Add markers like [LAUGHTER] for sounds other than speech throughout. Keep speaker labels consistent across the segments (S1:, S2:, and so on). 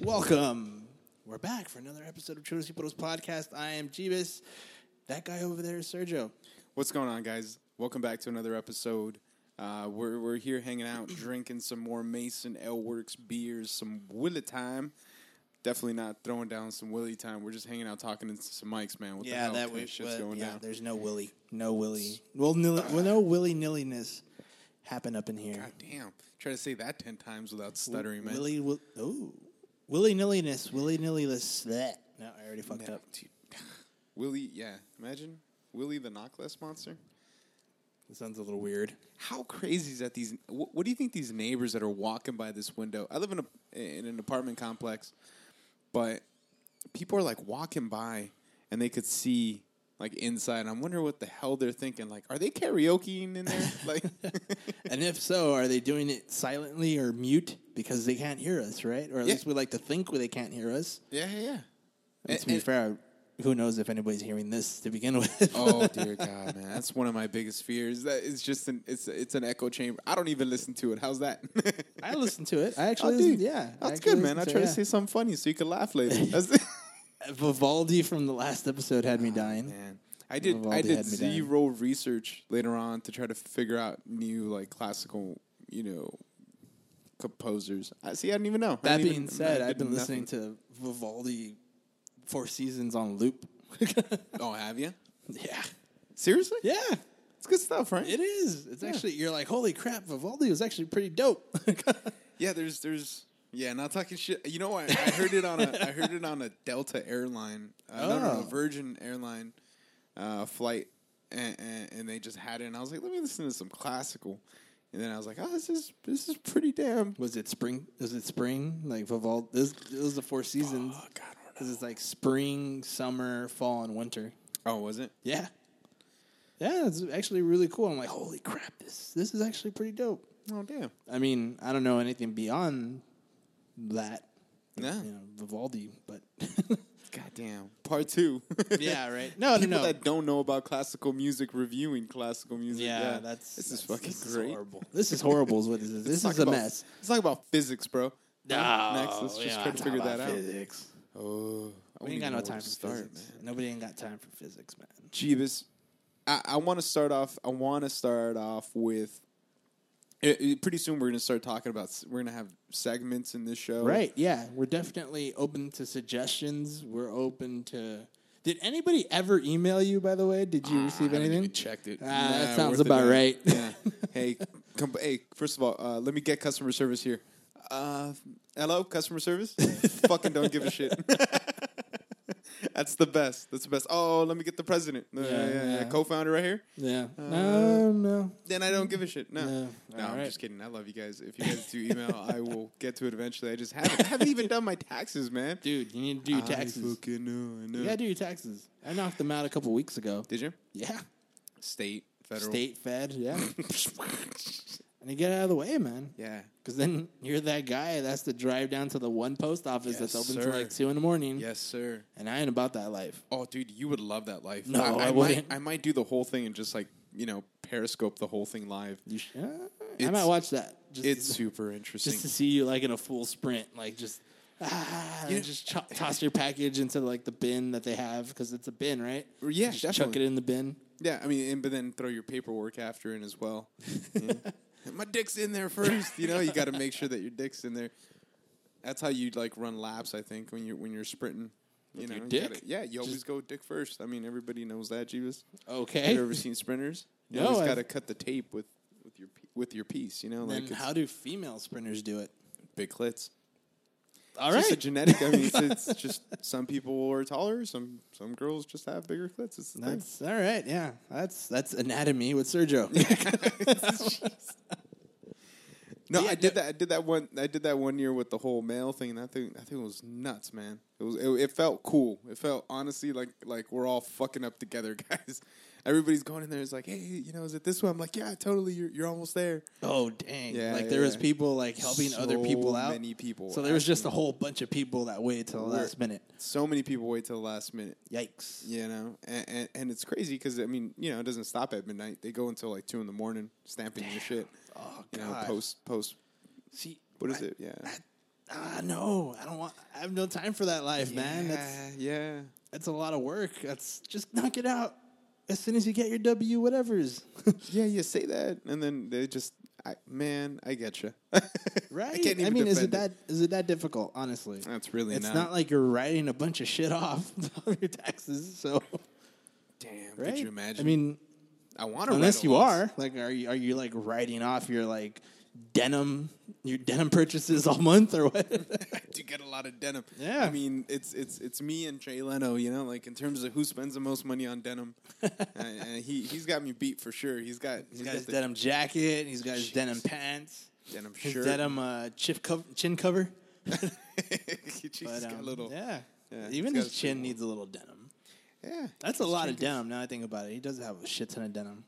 S1: Welcome. We're back for another episode of Children's People's Podcast. I am Jeebus. That guy over there is Sergio.
S2: What's going on, guys? Welcome back to another episode. Uh, we're, we're here hanging out, drinking some more Mason L Works beers, some Willie time. Definitely not throwing down some Willie time. We're just hanging out, talking into some mics, man. What the hell kind of Oh, shit's
S1: well,
S2: going
S1: yeah,
S2: down?
S1: There's no willy, no willy. Well, nil- well no willy nilliness happen up in here.
S2: God damn! Try to say that ten times without stuttering, man.
S1: Willy, will- oh, willy nilliness, willy nillyless. That no, I already fucked
S2: Yeah,
S1: up.
S2: dude. Willie, yeah. Imagine Willie the knockless monster.
S1: That sounds a little weird.
S2: How crazy is that? These what, what do you think these neighbors that are walking by this window? I live in a in an apartment complex, but people are like walking by and they could see like inside. And I'm wondering what the hell they're thinking. Like, are they karaokeing in [LAUGHS] there? like,
S1: And if so, are they doing it silently or mute because they can't hear us, right? Or at
S2: Yeah.
S1: least we like to think they can't hear us.
S2: yeah, yeah, yeah.
S1: And
S2: And-
S1: to be
S2: and-
S1: fair, who knows if anybody's hearing this to begin [LAUGHS] with?
S2: oh dear God, man, that's one of my biggest fears. That is just an it's it's an echo chamber. I don't even listen to it. How's that?
S1: I listened to it. I
S2: [LAUGHS] Oh,
S1: actually,
S2: dude,
S1: listened, yeah, I
S2: that's
S1: actually
S2: good, man. I
S1: listened
S2: try to
S1: it,
S2: say something funny so you can laugh later.
S1: [LAUGHS]
S2: That's
S1: yeah. Ah, Vivaldi from the last episode had me dying.
S2: Man, I did.
S1: Vivaldi
S2: I did
S1: had me down.
S2: zero research later on to try to figure out new like classical, you know, composers. I see. I didn't even know. I
S1: that
S2: didn't
S1: being
S2: even-
S1: said,
S2: I
S1: I've
S2: did
S1: been
S2: nothing.
S1: listening to Vivaldi Four Seasons on [LAUGHS] loop.
S2: Oh,
S1: [LAUGHS]
S2: have you?
S1: yeah,
S2: Seriously?
S1: yeah,
S2: it's good stuff, right?
S1: it is. It's
S2: Yeah.
S1: actually you're like, holy crap, Vivaldi was actually pretty [LAUGHS] dope.
S2: Yeah, there's there's yeah, not talking shit. You know, I, I heard it on a I heard it on a Delta airline, uh, no, no, no,
S1: Oh.
S2: Virgin airline uh, flight, and, and, and they just had it, and I was like, let me listen to some classical, and then I was like, oh, this is this is pretty damn.
S1: was it spring? Was it spring? Like Vivaldi? This, it was the Four Seasons.
S2: Oh, God, I don't know.
S1: Because it's like spring, summer, fall, and winter.
S2: oh, was it?
S1: Yeah, yeah, it's actually really cool. I'm like, holy crap, this this is actually pretty dope.
S2: Oh, damn.
S1: I mean, I don't know anything beyond that.
S2: No.
S1: You know, Vivaldi, but [LAUGHS]
S2: Goddamn. Part two.
S1: yeah, right. No, no,
S2: People
S1: no.
S2: that don't know about classical music reviewing classical music.
S1: yeah, that's
S2: this
S1: that's-
S2: is fucking
S1: this
S2: great.
S1: horrible. This is horrible. Is what this is. This
S2: Talk
S1: is a
S2: about-
S1: mess.
S2: Let's talk about physics, bro.
S1: No,
S2: Next, let's just try to figure that out.
S1: We
S2: Oh, I don't
S1: ain't
S2: even
S1: got
S2: know
S1: no
S2: where
S1: time
S2: to
S1: for
S2: start,
S1: physics. Nobody ain't got time for physics, man.
S2: Jeebus, I, I want to start off. I want to start off with. it- it- pretty soon, we're going to start talking about. s- We're going to have segments in this show,
S1: Right? Yeah, we're definitely open to suggestions. We're open to. Did anybody ever email you? By the way, did you receive
S2: I haven't
S1: anything?
S2: even checked it.
S1: Ah, that
S2: Nah,
S1: sounds
S2: worth it,
S1: about
S2: man.
S1: right. [LAUGHS]
S2: Yeah. hey, com- hey. First of all, uh, let me get customer service here. Uh, hello, customer service.
S1: [LAUGHS]
S2: Fucking don't give a shit. [LAUGHS] That's the best. That's the best. Oh, let me get the president. Uh, yeah, yeah,
S1: yeah.
S2: Co-founder right here.
S1: Yeah. no, no.
S2: Then I don't give a shit. No,
S1: Yeah.
S2: no,
S1: All
S2: I'm
S1: right.
S2: just kidding. I love you guys. If you guys do email, I will get to it eventually. I just haven't, I haven't even done my taxes, man.
S1: Dude, Ah, you need to do your
S2: I
S1: taxes.
S2: fucking know. I know.
S1: You gotta do your taxes. I knocked them out a couple weeks ago.
S2: Did you?
S1: Yeah.
S2: State, federal,
S1: State fed, yeah. and you get out of the way, man.
S2: [LAUGHS] Yeah.
S1: Because then you're that guy that's to drive down to the one post office
S2: Yes,
S1: that's open
S2: sir.
S1: till like two in the morning.
S2: Yes, sir.
S1: And I ain't about that life.
S2: Oh, dude, you would love that life.
S1: No, I
S2: might.
S1: wouldn't.
S2: I might do the whole thing and just like you know periscope the whole thing live.
S1: You sh- uh, I
S2: It's-
S1: might watch that. Just
S2: It's
S1: to, [LAUGHS]
S2: super interesting.
S1: just to see you like in a full sprint, like just ah, and
S2: Yeah.
S1: just cho- toss your package into like the bin that they have because it's a bin, right?
S2: yeah,
S1: just chuck
S2: definitely.
S1: it in the bin.
S2: yeah, I mean, and, but then throw your paperwork after in as
S1: [LAUGHS]
S2: well. Yeah. My dick's in there first. You know, you got to make sure that your dick's in there. That's how you like run laps. I think when you're when you're sprinting. You know,
S1: your
S2: you gotta-
S1: dick?
S2: yeah, you always go dick first. I mean, everybody knows that, Jeebus.
S1: Okay.
S2: Have you ever seen sprinters? You
S1: No,
S2: always
S1: I've-
S2: got to cut the tape with with your pe- with your piece. You know, like
S1: Then
S2: it's
S1: how do female sprinters do it?
S2: big clits.
S1: All
S2: It's
S1: right.
S2: just a genetic. I mean,
S1: [LAUGHS]
S2: it's, it's just some people are taller. Some some girls just have bigger clits. It's the thing.
S1: That's all right. Yeah, that's that's anatomy with Sergio. [LAUGHS]
S2: [LAUGHS] No,
S1: Yeah,
S2: I did that. I did that one. I did that one year with the whole male thing. And I think I think it was nuts, man. It was. It, it felt cool. It felt honestly like like we're all fucking up together, [LAUGHS] guys. Everybody's going in there. It's like, hey, you know, is it this one? I'm like, yeah, totally. You're you're almost there.
S1: oh dang!
S2: Yeah,
S1: like
S2: yeah,
S1: there was
S2: yeah.
S1: people like helping other
S2: So
S1: people out.
S2: Many people.
S1: so there was just a whole bunch of people that waited till the
S2: We're-
S1: last minute.
S2: so many people wait till the last minute.
S1: Yikes!
S2: You know, and, and, and it's crazy because I mean, you know, it doesn't stop at midnight. They go until like two in the morning, stamping your shit.
S1: Oh god!
S2: You know, post post
S1: See,
S2: What is
S1: I-
S2: it? Yeah.
S1: I- ah, no, I don't want. I have no time for that life, man. That's
S2: yeah, yeah.
S1: that's a lot of work. That's just knock it out as soon as you get your W, whatever's. [LAUGHS]
S2: Yeah, you say that, and then they just, I, man, [LAUGHS] I get you.
S1: right?
S2: I, can't even
S1: mean, is it
S2: defend
S1: that is it that difficult? Honestly,
S2: That's really
S1: it's
S2: not.
S1: not like you're writing a bunch of shit off [LAUGHS] on your taxes. So,
S2: Damn,
S1: right?
S2: could you
S1: I
S2: imagine?
S1: mean,
S2: I want to.
S1: unless you
S2: [LAUGHS]
S1: are like, are you are you like writing off your like denim your denim purchases all month or
S2: [LAUGHS]
S1: what? [LAUGHS]
S2: I do get a lot of denim.
S1: Yeah.
S2: I mean, it's it's it's me and Jay Leno. You know, like in terms of who spends the most money on
S1: [LAUGHS]
S2: denim, uh, and he he's got me beat for sure. He's got
S1: He's got
S2: got
S1: his
S2: the
S1: denim jacket. and He's got his
S2: Jeez.
S1: denim pants.
S2: denim
S1: His
S2: shirt. [LAUGHS]
S1: denim uh, chip cov chin cover.
S2: He just
S1: But,
S2: got
S1: um,
S2: little. Yeah.
S1: yeah.
S2: yeah, he's
S1: Even
S2: got
S1: his
S2: his
S1: chin
S2: pretty little-
S1: needs a little denim. That's a lot of denim. Now I think about it, he does have a shit ton of denim.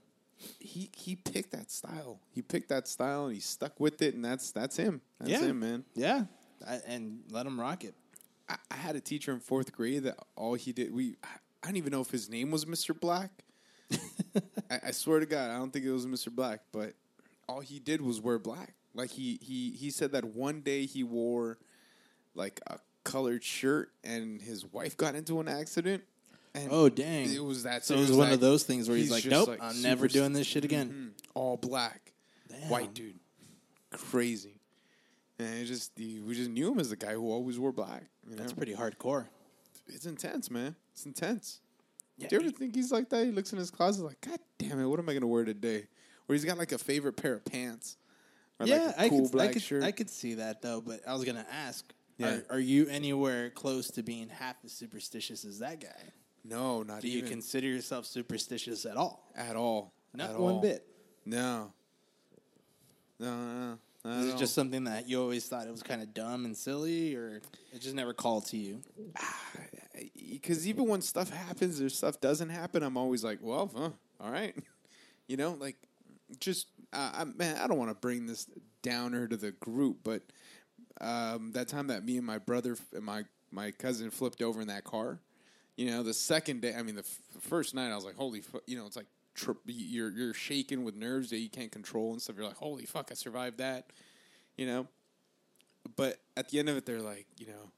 S2: He he picked that style. He picked that style, and he stuck with it. And that's that's him. That's
S1: Yeah.
S2: him, man.
S1: Yeah, I, and let him rock it.
S2: I, I had a teacher in fourth grade that all he did we I, I don't even know if his name was Mr.
S1: [LAUGHS]
S2: Black. I, I swear to God, I don't think it was Mr. Black, but all he did was wear black. Like he he he said that one day he wore like a colored shirt and his wife got into an accident. And
S1: Oh dang!
S2: It was that
S1: So it
S2: it
S1: was,
S2: was
S1: one
S2: like-
S1: of those things where he's,
S2: he's
S1: like,
S2: just,
S1: "Nope,
S2: like,
S1: I'm
S2: super Mm-hmm.
S1: never
S2: st-
S1: doing this shit again."
S2: all black,
S1: Damn.
S2: white dude, crazy. And it just he, we just knew him as the guy who always wore black. you
S1: That's
S2: know?
S1: pretty hardcore.
S2: it's intense, man. It's intense.
S1: Yeah,
S2: Do you ever think he's like that? He looks in his closet like, God damn it, what am I gonna wear today? Or he's got like a favorite pair of pants. Or
S1: yeah,
S2: like a
S1: I
S2: cool
S1: could,
S2: black
S1: I could,
S2: shirt.
S1: I could see that though. But I was gonna ask,
S2: Yeah.
S1: are, are you anywhere close to being half as superstitious as that guy?
S2: no, not
S1: Do you
S2: even
S1: consider yourself superstitious at all?
S2: at all.
S1: Not
S2: At
S1: one
S2: all.
S1: bit.
S2: No. No, no, no. Not
S1: Is
S2: at
S1: it
S2: all.
S1: just something that you always thought it was kind of dumb and silly, or it just never called to you?
S2: because even when stuff happens or stuff doesn't happen, I'm always like, well, huh, all right, you know, like just uh, I, man, I don't want to bring this downer to the group, but um, that time that me and my brother f- and my my cousin flipped over in that car, you know, the second day, I mean, the f- first night, I was like, holy, fu-, you know, it's like. Trip, you're you're shaking with nerves that you can't control and stuff. You're like, holy fuck, I survived that, you know. But at the end of it, they're like, you know,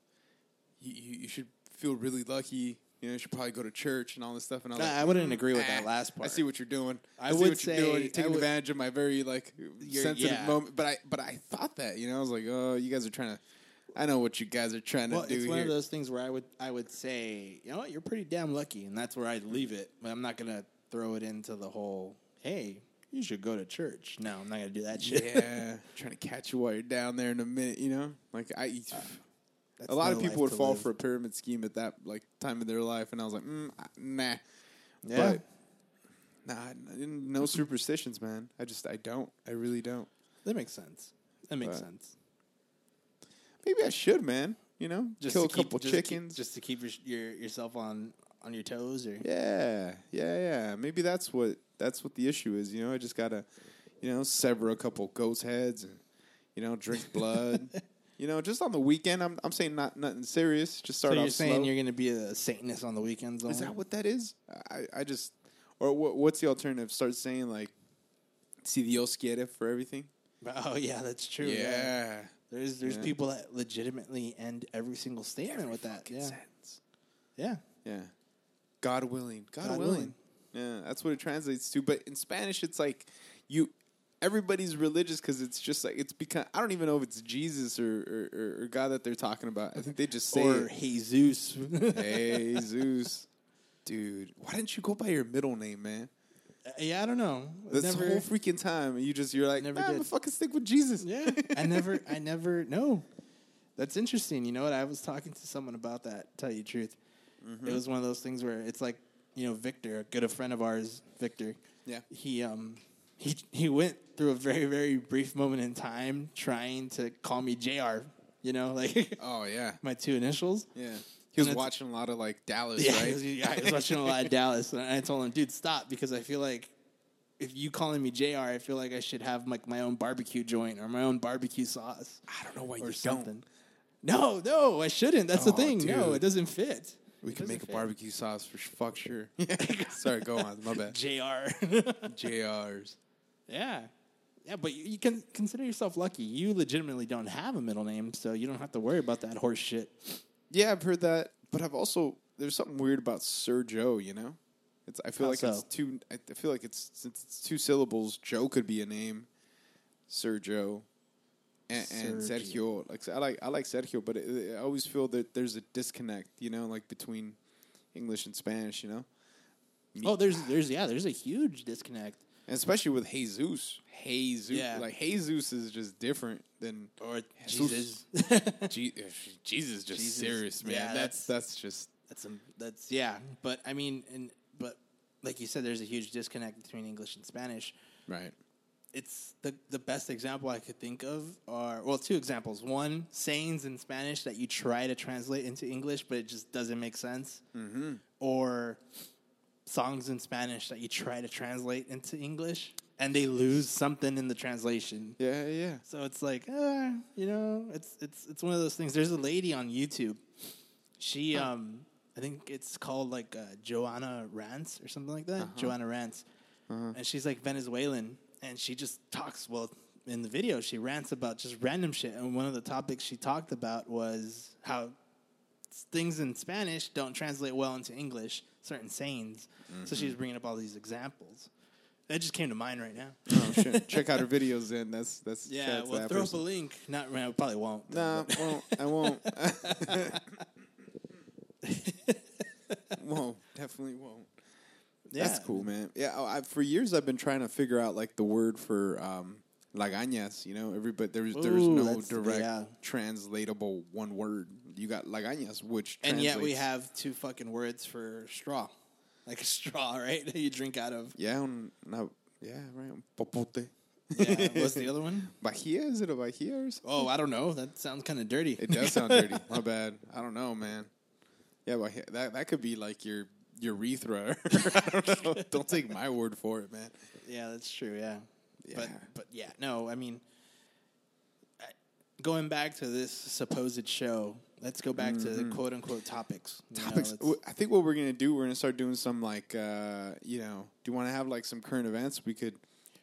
S2: you, you, you should feel really lucky. You know, you should probably go to church and all this stuff. And I, was
S1: Nah,
S2: like,
S1: I wouldn't agree with that
S2: "Ah,
S1: last part.
S2: I see what you're doing. I,
S1: I
S2: see
S1: would
S2: what you're doing.
S1: say-
S2: You're
S1: I
S2: taking
S1: would-
S2: advantage of my very like sensitive
S1: yeah.
S2: moment. But I but I thought that you know I was like, oh, you guys are trying to. I know what you guys are trying
S1: Well,
S2: to do
S1: it's one
S2: here.
S1: of those things where I would I would say, you know what, you're pretty damn lucky, and that's where I'd leave it. But I'm not gonna throw it into the whole, hey, you should go to church. No, I'm not gonna do that shit. [LAUGHS]
S2: yeah, trying to catch you while you're down there in a minute. You know, like I.
S1: That's
S2: a lot
S1: no
S2: of people
S1: Uh, life
S2: would
S1: to
S2: fall
S1: live.
S2: for a pyramid scheme at that like time of their life, and I was like, mm, I- nah,
S1: Yeah.
S2: but nah, n- no superstitions, man. I just I don't. I really don't.
S1: that makes sense. That makes
S2: But-
S1: sense.
S2: Maybe I should, man. You know, kill a
S1: to keep-
S2: couple
S1: just to keep-
S2: chickens.
S1: just to keep your, your yourself on on your toes, or
S2: yeah, yeah, yeah. Maybe that's what that's what the issue is. You know, I just gotta, you know, sever a couple goats' heads and you know
S1: [LAUGHS]
S2: drink blood. you know, just on the weekend. I'm I'm saying not nothing serious. Just
S1: so
S2: start
S1: you're
S2: off
S1: saying
S2: slow.
S1: you're gonna be a Satanist on the weekends?
S2: Is
S1: only?
S2: that what that is? I, I just, or what, what's the alternative? Start saying like, "Si Dios quiere" for everything.
S1: [LAUGHS] Oh yeah, that's true. There's there's
S2: Yeah.
S1: people that legitimately end every single statement with that.
S2: Fucking
S1: Yeah.
S2: sentence.
S1: Yeah.
S2: Yeah. God willing. God,
S1: God
S2: willing. Yeah, that's what it translates to. But in Spanish, it's like you. Everybody's religious because it's just like it's become. I don't even know if it's Jesus or or, or, or God that they're talking about. I think they just say
S1: or
S2: it. [LAUGHS]
S1: Jesus.
S2: Hey, Zeus, dude, why didn't you go by your middle name, man?
S1: Uh, yeah, I don't know.
S2: This
S1: never,
S2: whole freaking time, you just you're like,
S1: Never
S2: "Nah, I'm
S1: did.
S2: gonna fucking stick with Jesus.
S1: yeah, [LAUGHS] I never, I never. No, that's interesting. You know what? I was talking to someone about that. Tell you the truth, it was one of those things where it's like, you know, Victor, a good a friend of ours, Victor.
S2: Yeah.
S1: He um he he went through a very very brief moment in time trying to call me Jr. You know, like
S2: [LAUGHS]
S1: [LAUGHS]
S2: Oh yeah,
S1: my two initials.
S2: yeah. He was
S1: it's-
S2: watching a lot of like Dallas,
S1: Yeah,
S2: right?
S1: I was, yeah, I was watching a lot of Dallas, and I told him, "Dude, stop," because I feel like if you calling me Jr., I feel like I should have like my own barbecue joint or my own barbecue sauce
S2: [LAUGHS] I don't know why
S1: or
S2: you don't.
S1: something. No, no, I shouldn't. That's
S2: Oh,
S1: the thing. No,
S2: dude.
S1: it doesn't fit.
S2: We
S1: It
S2: can
S1: doesn't
S2: make a
S1: fit.
S2: barbecue sauce for fuck sure.
S1: [LAUGHS]
S2: [LAUGHS] Sorry, go on. My bad.
S1: Jr.
S2: JRs.
S1: [LAUGHS] yeah, Yeah, but you, you can consider yourself lucky. You legitimately don't have a middle name, so you don't have to worry about that horse shit.
S2: Yeah, I've heard that, but I've also there's something weird about Sergio. You know, it's I feel
S1: How
S2: like it's
S1: so?
S2: two. I I feel like it's since it's two syllables. Joe could be a name. Sergio. And, and
S1: Sergio.
S2: Sergio, like I like I like Sergio, but it, I always feel that there's a disconnect, you know, like between English and Spanish, you know,
S1: Oh, there's there's yeah, there's a huge disconnect.
S2: and especially with Jesus, Jesus,
S1: Yeah.
S2: like Jesus is just different than
S1: Or
S2: Jesus.
S1: Jesus. [LAUGHS]
S2: Je- Jesus. is Just
S1: Jesus.
S2: serious, man.
S1: Yeah,
S2: that's that's just
S1: That's um, that's yeah, but I mean, and but like you said, there's a huge disconnect between English and Spanish.
S2: right.
S1: It's the the best example I could think of are well, two examples. One, sayings in Spanish that you try to translate into English, but it just doesn't make sense. Mm-hmm. Or songs in Spanish that you try to translate into English, and they lose something in the translation.
S2: Yeah, yeah.
S1: So it's like, uh, you know, it's it's it's one of those things. There's a lady on YouTube. She, um, I think it's called like uh, Joanna Rance or something like
S2: Uh-huh.
S1: that. Joanna Rance, and she's like Venezuelan, and she just talks. Well, in the video, she rants about just random shit, and one of the topics she talked about was how things in Spanish don't translate well into English. Certain sayings.
S2: Mm-hmm.
S1: So she was bringing up all these examples. That just came to mind right now.
S2: Oh, shit.
S1: [LAUGHS]
S2: Check out her videos then. That's that's shout
S1: Yeah,
S2: out to
S1: well,
S2: that
S1: throw
S2: person.
S1: up a link. Not I probably won't. [LAUGHS]
S2: Nah, uh,
S1: but-
S2: won't. I won't.
S1: [LAUGHS]
S2: won't. [LAUGHS] Definitely won't. That's
S1: Yeah.
S2: cool, man. Yeah, oh, I, I- for years I've been trying to figure out like the word for um, lagañas. You know, everybody there's there's
S1: Ooh,
S2: no
S1: that's-
S2: direct
S1: yeah.
S2: translatable one word. You got lagañas, which
S1: And yet we
S2: translates-
S1: have two fucking words for straw, like a straw, [LAUGHS] right? That you drink out of.
S2: yeah, un- no, yeah, right, un popote.
S1: Yeah, [LAUGHS] what's
S2: [LAUGHS]
S1: the other one?
S2: Bahia is it a bahia or something?
S1: Oh, I don't know. That sounds kind of dirty.
S2: It does sound dirty. My bad. I don't know, man. Yeah, but he- that that could be like your urethra. [LAUGHS] I don't know. Don't take my word for it, man.
S1: [LAUGHS] yeah, that's true. Yeah. but
S2: Yeah.
S1: but yeah, no. I mean, I- going back to this supposed show, let's go back to the quote unquote topics. you know,
S2: Mm-hmm. Topics.
S1: let's-
S2: w- I think what we're gonna do, we're gonna start doing some like, uh, you know, do you want to have like some current events? We could,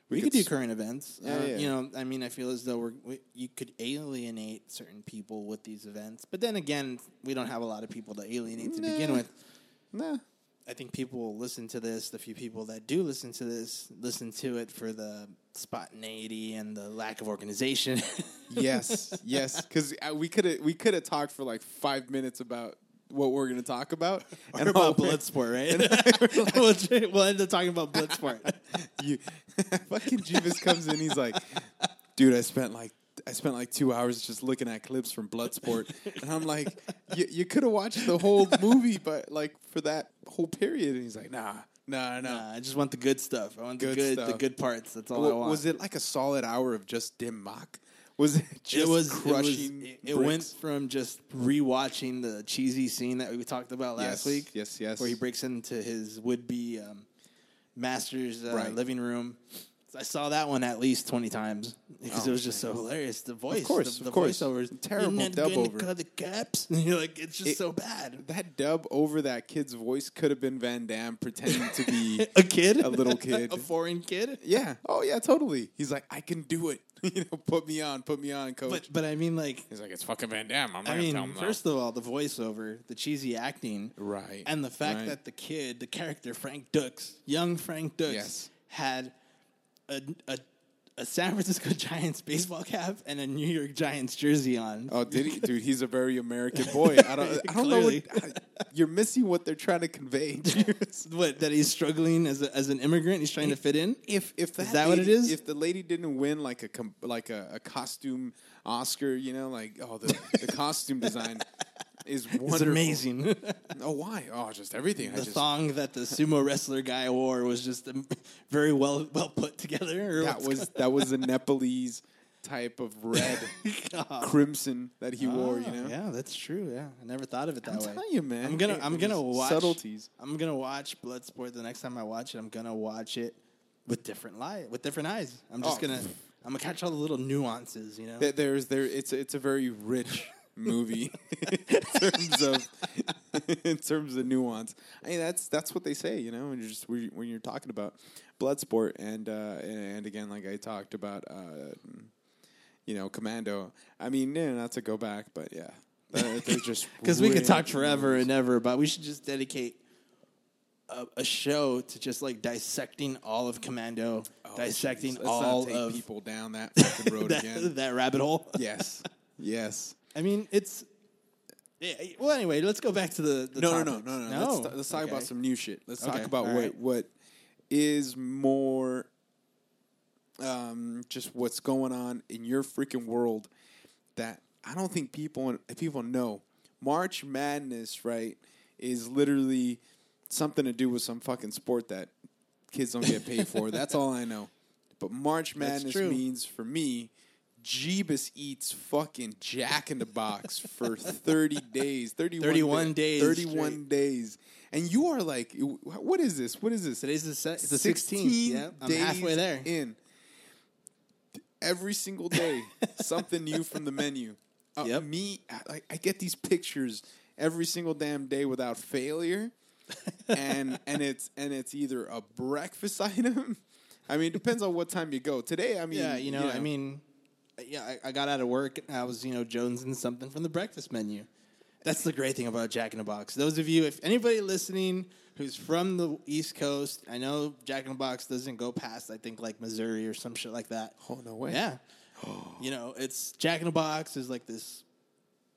S1: we could do
S2: s-
S1: current events.
S2: Yeah,
S1: Uh,
S2: yeah.
S1: You know, I mean, I feel as though we're, we you could alienate certain people with these events, but then again, we don't have a lot of people to alienate to begin
S2: Nah.
S1: with.
S2: Nah,
S1: I think people will listen to this. The few people that do listen to this listen to it for the spontaneity and the lack of
S2: [LAUGHS]
S1: organization. [LAUGHS]
S2: yes, yes, because we could have we could have talked for like five minutes about what we're gonna
S1: [LAUGHS]
S2: talk about
S1: and
S2: [LAUGHS] all-
S1: about Bloodsport, [LAUGHS] right? we'll, tr- we'll end up talking
S2: [LAUGHS]
S1: about Bloodsport.
S2: you [LAUGHS] fucking Jeebus comes in. He's like, dude, I spent like I spent like two hours just looking at clips from Bloodsport, and I'm like, "You- you could have watched the whole movie, but like for that whole period. And he's like, nah, nah, nah.
S1: Nah, I just want the good stuff. I want the
S2: Good
S1: good, the
S2: stuff.
S1: good parts. That's all I
S2: Wa-
S1: want.
S2: was it like a solid hour of just dim mock? Was it just
S1: it was It,
S2: crushing?
S1: was, it, it went
S2: bricks?
S1: from just rewatching the cheesy scene that we talked about last
S2: yes,
S1: week,
S2: Yes, yes.
S1: where he breaks into his would-be um, master's uh,
S2: Right.
S1: living room. I saw that one at least twenty times because
S2: Oh,
S1: it was just so hilarious. The voice,
S2: course,
S1: the,
S2: of
S1: the
S2: course.
S1: voiceovers,
S2: Terrible
S1: "You're not
S2: dub
S1: gonna
S2: over.
S1: cut the caps, [LAUGHS] and you're like, it's just
S2: It-
S1: so bad.
S2: that dub over that kid's voice could have been Van Damme pretending [LAUGHS] to be
S1: [LAUGHS] A kid,
S2: a little kid.
S1: a foreign kid.
S2: Yeah. Oh yeah, totally. He's like, I can do it. [LAUGHS] you know, put me on, put me on, coach.
S1: But but I mean, like,
S2: He's like, it's fucking Van Damme. I'm not
S1: I
S2: gonna tell
S1: mean,
S2: him
S1: first of all, the voiceover, the cheesy acting,
S2: Right.
S1: and the fact
S2: Right.
S1: that the kid, the character Frank Dux, young Frank Dux,
S2: Yes.
S1: had a, a a San Francisco [LAUGHS] Giants baseball cap and a New York Giants jersey on.
S2: Oh, did he, dude? He's a
S1: [LAUGHS]
S2: very American boy. I don't, I don't know. What, you're missing what they're trying
S1: [LAUGHS]
S2: to convey. [LAUGHS]
S1: what that he's struggling as a, as an immigrant, he's trying to fit in.
S2: if if that,
S1: that what it
S2: lady-
S1: is?
S2: If the lady didn't win like a com- like a, a costume Oscar, you know, like oh the, the
S1: [LAUGHS]
S2: costume design is wonderful.
S1: It's amazing. the
S2: Oh why? Oh, just everything. I just
S1: thong that [LAUGHS] the sumo wrestler guy wore was just um, [LAUGHS] very well well put together. or
S2: that
S1: what's
S2: was that was a Nepalese
S1: [LAUGHS]
S2: type of red
S1: going on.
S2: crimson that he wore. You
S1: Oh,
S2: know.
S1: Yeah, that's true. Yeah, I never thought of it that
S2: I'm
S1: way.
S2: telling you, man.
S1: I'm gonna
S2: It-
S1: I'm
S2: it [LAUGHS]
S1: gonna
S2: was
S1: watch
S2: subtleties.
S1: I'm gonna watch Bloodsport the next time I watch it. I'm gonna watch it with different light, with different eyes. I'm just
S2: Oh.
S1: gonna I'm gonna catch all the little nuances, you know. [LAUGHS]
S2: There- There's there. It's it's a very rich, movie [LAUGHS] in terms of [LAUGHS] in terms of nuance. I mean, that's that's what they say, you know. When you're just when you- when you're talking about blood sport and uh, and again, like I talked about, uh, you know, Commando. I mean, yeah, not to go back, but yeah,
S1: Because [LAUGHS]
S2: because
S1: we could talk forever and ever, but we should just dedicate a, a show to just like dissecting all of Commando, dissecting
S2: Oh, Let's
S1: all
S2: not take
S1: of
S2: people down that fucking
S1: [LAUGHS]
S2: road
S1: that,
S2: again.
S1: that rabbit hole.
S2: Yes, yes.
S1: I mean, it's. Yeah, well, anyway, let's go back to the. the
S2: no, no, no,
S1: topics.
S2: no, no, Let's, ta- let's talk about
S1: Okay.
S2: some new shit. Let's
S1: Okay,
S2: talk about
S1: all
S2: what
S1: right.
S2: what is more, um, just what's going on in your freaking world that I don't think people people know. March Madness, right, is literally something to do with some fucking sport that kids don't get paid for. That's all I know. But March
S1: That's
S2: Madness
S1: true.
S2: means for me, Jeebus eats fucking Jack in the Box for
S1: [LAUGHS]
S2: thirty days, thirty
S1: 31 days
S2: thirty-one
S1: straight.
S2: days, and you are like, what is this? What is this?
S1: Today's the, se- the 16th. Yeah, I'm
S2: days
S1: halfway there.
S2: In every
S1: [LAUGHS]
S2: single day, something new from the menu. Uh,
S1: Yep.
S2: Me, I, I get these pictures every single damn day without failure,
S1: [LAUGHS]
S2: and and it's and it's either a breakfast [LAUGHS] item. I mean, it depends on what time you go. Today, I mean,
S1: yeah, you know, I mean, yeah, I, I got out of work and I was, you know, jonesing something from the breakfast menu. That's the great thing about Jack in the Box. Those of you, if anybody listening who's from the East Coast, I know Jack in the Box doesn't go past, I think, like Missouri or some shit like that.
S2: Oh no way!
S1: Yeah. you know, it's Jack in the Box is like this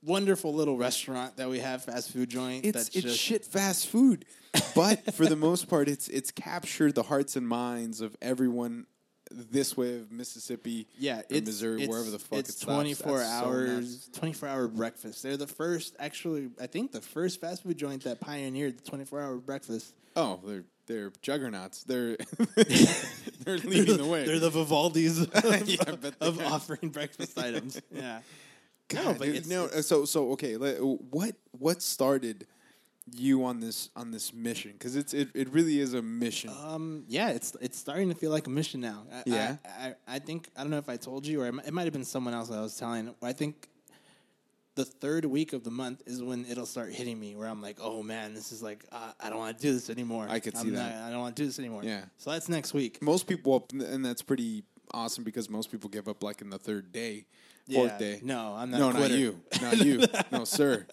S1: wonderful little restaurant that we have, fast food joint.
S2: It's
S1: that's
S2: it's
S1: just,
S2: shit fast food,
S1: [LAUGHS]
S2: but for the most part, it's it's captured the hearts and minds of everyone this way of Mississippi,
S1: Yeah,
S2: or
S1: it's
S2: Missouri,
S1: it's-
S2: wherever the fuck
S1: it's
S2: it stops.
S1: twenty four
S2: That's so nuts.
S1: hours, twenty four hour breakfast. They're the first, actually, I think the first fast food joint that pioneered the twenty four hour breakfast.
S2: oh, they're they're juggernauts. They're [LAUGHS]
S1: [LAUGHS]
S2: they're leading the way.
S1: They're the Vivaldi's of,
S2: [LAUGHS] Yeah, I bet they
S1: of
S2: are.
S1: offering breakfast items.
S2: [LAUGHS]
S1: Yeah,
S2: God,
S1: no, but
S2: dude,
S1: it's-
S2: no,
S1: it's-
S2: so so okay. le- What what started you on this on this mission? Because it's it, it really is a mission.
S1: um, yeah. It's it's starting to feel like a mission now. I,
S2: Yeah.
S1: I, I, I think I don't know if I told you or it mi- it might have been someone else I was telling. I think the third week of the month is when it'll start hitting me where I'm like, oh man, this is like, uh, I don't want to do this anymore.
S2: I could
S1: I'm
S2: see
S1: not-
S2: that.
S1: I don't want to do this anymore.
S2: Yeah.
S1: So that's next week.
S2: most people, and that's pretty awesome because most people give up like in the third day, fourth
S1: Yeah.
S2: day.
S1: No, I'm not
S2: No,
S1: a
S2: not
S1: quitter.
S2: [LAUGHS] you, not you. no, sir.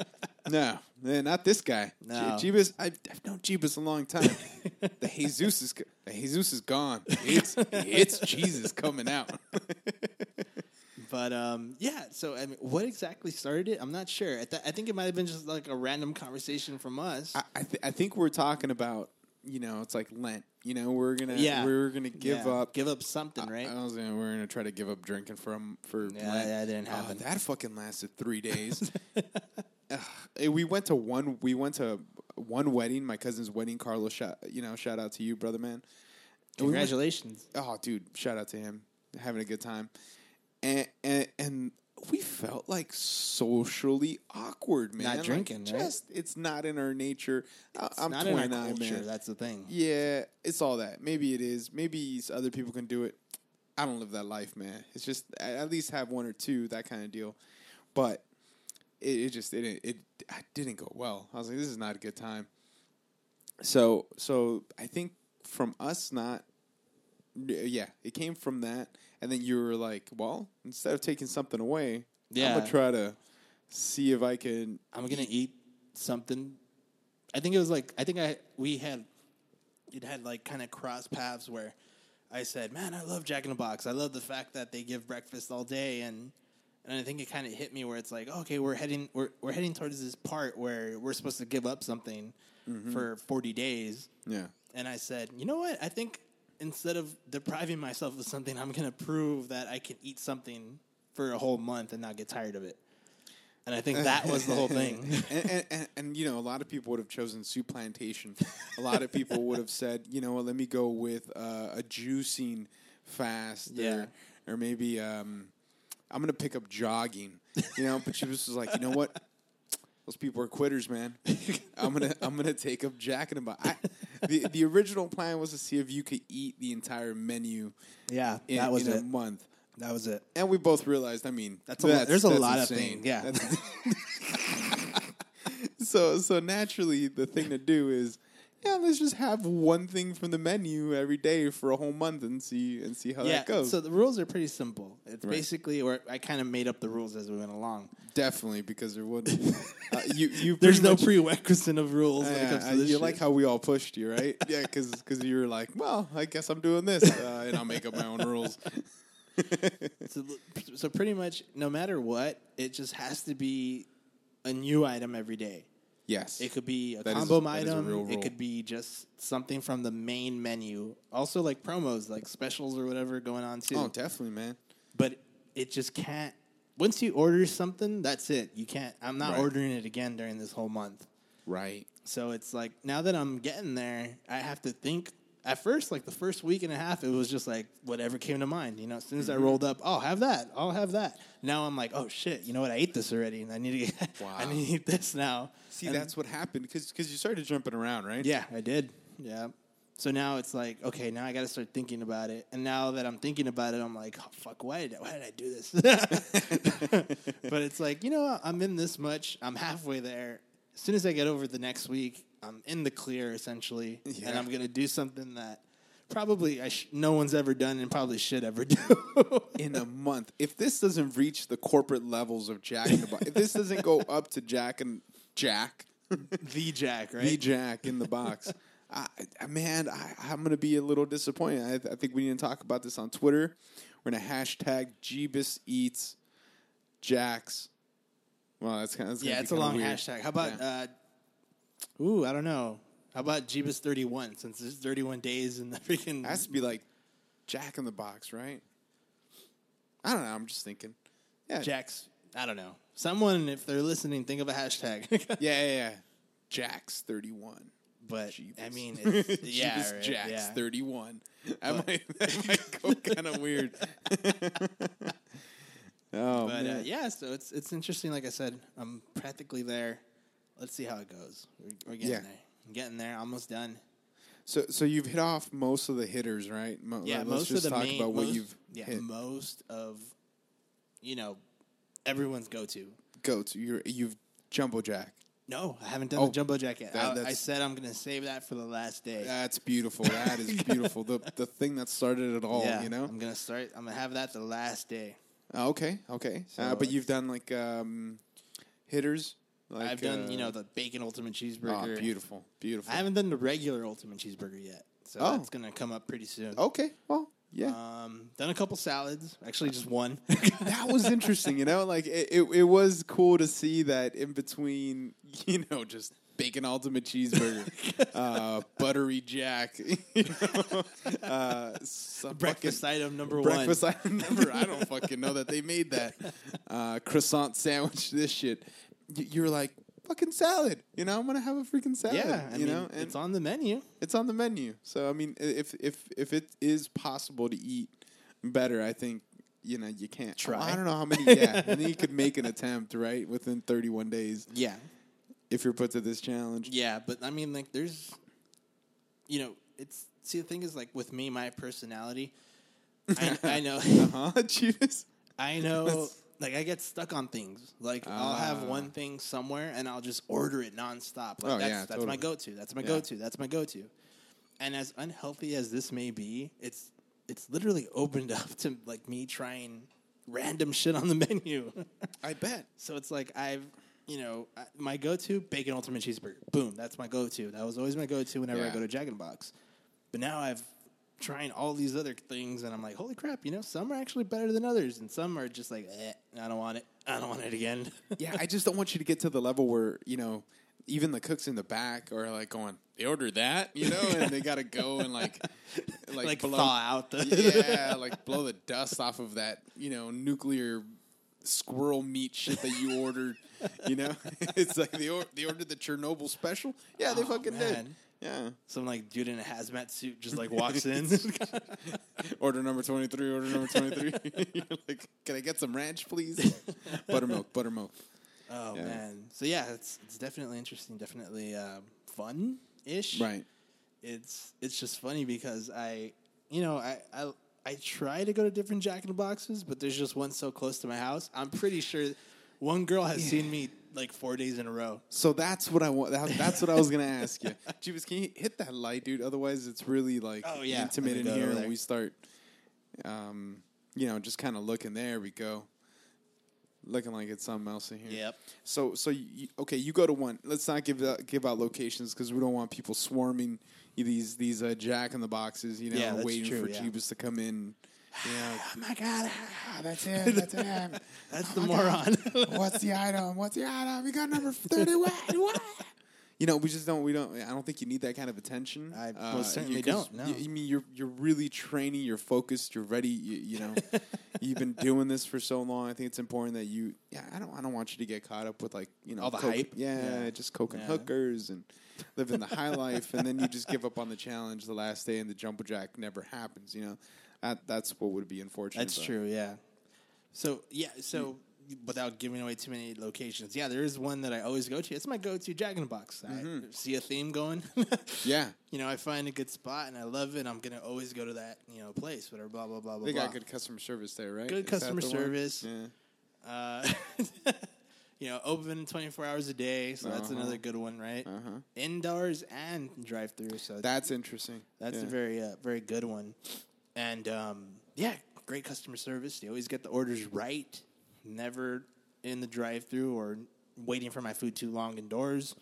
S2: No, eh, not this guy.
S1: No.
S2: Je- Jeebus. I've, I've known Jeebus a long time. the Jesus is g- the Jesus is gone. It's it's Jesus coming out.
S1: [LAUGHS] But um, yeah, so I mean, what exactly started it? I'm not sure. I, th- I think it might have been just like a random conversation from us.
S2: I I, th- I think we're talking about you know it's like Lent. You know we're gonna
S1: Yeah.
S2: we're gonna give
S1: Yeah,
S2: up.
S1: give up something, right?
S2: I was gonna, we're gonna try to give up drinking from for
S1: Yeah,
S2: Lent.
S1: that didn't
S2: Oh,
S1: happen.
S2: that fucking lasted three [LAUGHS] days. Ugh, eh, we went to one. We went to one wedding. My cousin's wedding. Carlos, shout, you know, shout out to you, brother, man. And we went-
S1: Congratulations.
S2: oh, dude, shout out to him, having a good time, and and, and we felt like socially awkward, man. Like,
S1: drinking, right?
S2: just it's not in our nature. I, I'm
S1: not
S2: 29,
S1: in our culture.
S2: man.
S1: That's the thing.
S2: Yeah, it's all that. Maybe it is. Maybe s- other people can do it. I don't live that life, man. It's just I at least have one or two that kind of deal. But it, it just it didn't- it I didn't go well. I was like, this is not a good time. So so I think from us not, yeah, it came from that, and then you were like, well, instead of taking something away, I'm
S1: Yeah.
S2: gonna try to see if I can.
S1: I'm gonna eat something. I think it was like I think I we had it had like kind of cross paths where I said, "Man, I love Jack in the Box. I love the fact that they give breakfast all day." And and I think it kind of hit me where it's like, "Okay, we're heading we're we're heading towards this part where we're supposed to give up something for 40 days."
S2: Yeah,
S1: And I said, "You know what? I think instead of depriving myself of something, I'm going to prove that I can eat something for a whole month and not get tired of it." And I [LAUGHS] think that was the whole thing.
S2: and, and, and, and you know, a lot of people would have chosen soup plantation. A lot of people would have said, you know, what, let me go with uh, a juicing fast,
S1: Yeah.
S2: or, or maybe um, I'm going to pick up jogging, you know. But she was just like, you know what, those people are quitters, man. I'm gonna I'm gonna take up Jack in the Box. I, the The original plan was to see if you could eat the entire menu
S1: [LAUGHS] Yeah,
S2: in,
S1: that was
S2: in a
S1: it.
S2: month.
S1: That was it.
S2: and we both realized. I mean,
S1: That's a lot- there's a lot of things, yeah. [LAUGHS]
S2: That's- so so naturally, the thing to do is, yeah, let's just have one thing from the menu every day for a whole month and see and see how
S1: yeah.
S2: that goes.
S1: So the rules are pretty simple. It's
S2: Right.
S1: basically where I kind of made up the rules as we went along.
S2: Definitely, because there would [LAUGHS] uh, you you
S1: [LAUGHS] There's
S2: pretty
S1: no
S2: much-
S1: prerequisite of rules when it
S2: Yeah,
S1: comes to
S2: I-
S1: this.
S2: you
S1: shit.
S2: like how we all pushed you, right? [LAUGHS] yeah, because you were like, well, I guess I'm doing this, uh, and I'll make up my own [LAUGHS] rules.
S1: So, so pretty much, no matter what, it just has to be a new item every day.
S2: yes,
S1: It could be a
S2: That is-
S1: combo
S2: that is a real
S1: item.
S2: rule.
S1: It could be just something from the main menu. Also, like promos, like specials or whatever going on too.
S2: oh, definitely, man.
S1: but it just can't. Once you order something, that's it. You can't. I'm not
S2: Right.
S1: ordering it again during this whole month.
S2: Right.
S1: So it's like now that I'm getting there, I have to think. At first, like the first week and a half, it was just like whatever came to mind. You know, as soon
S2: Mm-hmm.
S1: as I rolled up, I'll have that. I'll have that. Now I'm like, oh shit, you know what? I ate this already, and I need to get. [LAUGHS]
S2: Wow.
S1: I need to eat this now.
S2: See,
S1: And-
S2: that's what happened because you started jumping around, right?
S1: yeah, I did. Yeah. So now it's like, okay, now I got to start thinking about it. And now that I'm thinking about it, I'm like, oh, fuck, why did, why did I do this? [LAUGHS] but it's like, you know, what? I'm in this much. I'm halfway there. As soon as I get over the next week, I'm in the clear essentially. And
S2: Yeah.
S1: I'm going to do something that probably I sh- no one's ever done and probably should ever [LAUGHS] do.
S2: In a month, if this doesn't reach the corporate levels of Jack, in the Box, if this doesn't go up to Jack and Jack, [LAUGHS]
S1: the Jack, right?
S2: the Jack in the box, I, I- man, I, I'm gonna be a little disappointed. I, I think we need to talk about this on Twitter. We're gonna hashtag Jeebus eats Jacks. Well, that's kind of
S1: yeah, it's a long hashtag. How about, uh, ooh, I don't know. How about Jeebus 31 since there's 31 days in the freaking.
S2: It has to be like Jack in the box, right? I don't know. I'm just thinking. Yeah,
S1: Jack's. I don't know. Someone, if they're listening, think of a hashtag. [LAUGHS]
S2: Yeah, yeah, yeah. Jax thirty one.
S1: but I [LAUGHS]
S2: Jeebus.
S1: mean, it's, yeah,
S2: [LAUGHS] Jeebus
S1: right,
S2: Jax
S1: yeah.
S2: thirty one. That might that [LAUGHS] might go kind of weird. [LAUGHS] oh
S1: But uh,
S2: man.
S1: yeah, so it's it's interesting. Like I said, I'm practically there. Let's see how it goes. We're, we're getting
S2: Yeah.
S1: there. I'm getting there. Almost done.
S2: So so you've hit off most of the hitters, right? Mo-
S1: Yeah,
S2: let's
S1: most
S2: just
S1: of the
S2: talk
S1: main.
S2: about what
S1: most-
S2: you've
S1: yeah,
S2: hit.
S1: most of you know everyone's go to.
S2: Go to your you've jumbo jack.
S1: No, I haven't done
S2: Oh,
S1: the jumbo jack yet.
S2: that-
S1: I- I,
S2: that's-
S1: said I'm going to save that for the last day. [LAUGHS]
S2: That's beautiful. That is beautiful. the the thing that started it all,
S1: yeah,
S2: you know.
S1: I'm going to start. I'm going to have that the last day.
S2: Uh, okay, okay. uh,
S1: So
S2: but
S1: it's-
S2: you've done like um, hitters. Like,
S1: I've done
S2: uh,
S1: you know the bacon ultimate
S2: ah,
S1: cheeseburger.
S2: beautiful, beautiful.
S1: I haven't done the regular ultimate cheeseburger yet, so
S2: Oh.
S1: that's gonna come up pretty soon.
S2: Okay, well, yeah.
S1: Um, done a couple salads, actually just one. [LAUGHS]
S2: that was interesting, you know. Like it, it, it was cool to see that in between, [LAUGHS] you know, just bacon
S1: [LAUGHS]
S2: ultimate cheeseburger, uh, buttery jack, [LAUGHS] you know, uh, some
S1: breakfast
S2: fucking-
S1: item number
S2: breakfast.
S1: one.
S2: I remember. I don't fucking know that they made that uh, croissant sandwich. This shit. You, you were like fucking salad. You know, I'm gonna have a freaking salad.
S1: yeah, I
S2: you
S1: mean
S2: know, and
S1: it's on the menu.
S2: it's on the menu. So I mean, i- if if if it is possible to eat better, I think you know you can't
S1: Try.
S2: I don't know how [LAUGHS] many. Yeah, I think you could make an attempt right within 31 days
S1: Yeah,
S2: if you're put to this challenge.
S1: yeah, but I mean like there's, you know, it's see the thing is like with me, my personality, I, I
S2: [LAUGHS]
S1: know.
S2: Uh huh. Cheers. [LAUGHS]
S1: I know. Like I get stuck on things. Like I'll have one thing somewhere and I'll just order it nonstop. Like
S2: Ah. Oh,
S1: that's
S2: yeah,
S1: that's my
S2: totally.
S1: go-to. That's my go-to. That's my go-to. And as unhealthy as this may be, it's it's literally opened [LAUGHS] up to like me trying random shit on the menu. [LAUGHS]
S2: I bet.
S1: so it's like I've you know I- my go-to bacon ultimate cheeseburger. Boom, that's my go-to. That was always my go-to whenever I
S2: Yeah.
S1: go to Jack in the Box. But now I've trying all these other things, and I'm like, holy crap! You know, some are actually better than others, and some are just like, eh, I don't want it. I don't want it again. [LAUGHS]
S2: Yeah, I just don't want you to get to the level where you know even the cooks in the back are like going, they ordered that, you know, and they gotta go and [LAUGHS] like like,
S1: like
S2: blow-
S1: thaw out the
S2: yeah, like blow the dust off of that, you know, nuclear squirrel meat shit that you ordered. You know, [LAUGHS] it's like they or- they ordered the Chernobyl special. Yeah, they
S1: Oh,
S2: fucking did.
S1: man.
S2: Yeah,
S1: [LAUGHS] some like dude in a hazmat suit just like walks
S2: [LAUGHS]
S1: in. [LAUGHS]
S2: order number twenty three. Order number twenty [LAUGHS] three. like, can I get some ranch, please?
S1: [LAUGHS]
S2: buttermilk, buttermilk.
S1: oh
S2: Yeah.
S1: man, so yeah, it's it's definitely interesting, definitely um, fun ish,
S2: Right.
S1: it's it's just funny because I you know I I, I try to go to different Jack in the Boxes, but there's just one so close to my house. I'm pretty sure one girl has seen me like four days in a row.
S2: So that's what I want. That, that's what I was gonna
S1: [LAUGHS]
S2: ask you, Jeebus. Can you hit that light, dude? Otherwise, it's really like
S1: Oh, yeah. Let
S2: intimate
S1: me
S2: in
S1: go
S2: here,
S1: over
S2: and
S1: there.
S2: we start, um, you know, just kind of looking. There we go, looking like it's something else in here.
S1: Yep.
S2: So so you, okay, you go to one. Let's not give out, give out locations because we don't want people swarming these these uh, Jack in the boxes. You know,
S1: Yeah, that's
S2: waiting
S1: true,
S2: for
S1: yeah.
S2: Jeebus to come in. [SIGHS] Yeah,
S1: Oh my god,
S2: Ah,
S1: [LAUGHS]
S2: that's him. That's him. Oh
S1: that's the moron. [LAUGHS]
S2: What's the item? What's the item? We got number thirty-one. What? You know, we just don't. We don't. I don't think you need that kind of attention. Uh,
S1: I most certainly
S2: you- 'cause
S1: don't, no.
S2: You, you mean you're you're really training. You're focused. You're ready. You,
S1: [LAUGHS]
S2: you know, you've been doing this for so long. I think it's important that you. Yeah, I don't. I don't want you to get caught up with like you know
S1: All the
S2: coke-
S1: hype?
S2: Yeah,
S1: Yeah.
S2: just coke and
S1: Yeah.
S2: hookers and living
S1: [LAUGHS]
S2: the high life, and then you just give up on the challenge the last day, and the jumbo jack never happens. You know, that that's what would be unfortunate.
S1: That's
S2: about it.
S1: true, yeah. So yeah, so without giving away too many locations, yeah, there is one that I always go to. It's my go-to Jack in the Box.
S2: Mm-hmm.
S1: I see a theme going. [LAUGHS]
S2: Yeah.
S1: You know, I find a good spot and I love it. I'm gonna always go to that you know place. Whatever, blah blah blah blah.
S2: They
S1: blah.
S2: got good customer service there, right?
S1: Good
S2: Is that
S1: customer
S2: the one?
S1: service.
S2: Yeah.
S1: Uh, [LAUGHS] you know, open 24 hours a day, so that's
S2: Uh-huh.
S1: another good one, right?
S2: Uh-huh.
S1: Indoors and drive-through, so
S2: That's interesting.
S1: that's
S2: yeah.
S1: a very uh, very good one. And um, yeah, great customer service. They always get the orders right. Never in the drive-through or waiting for my food too long indoors.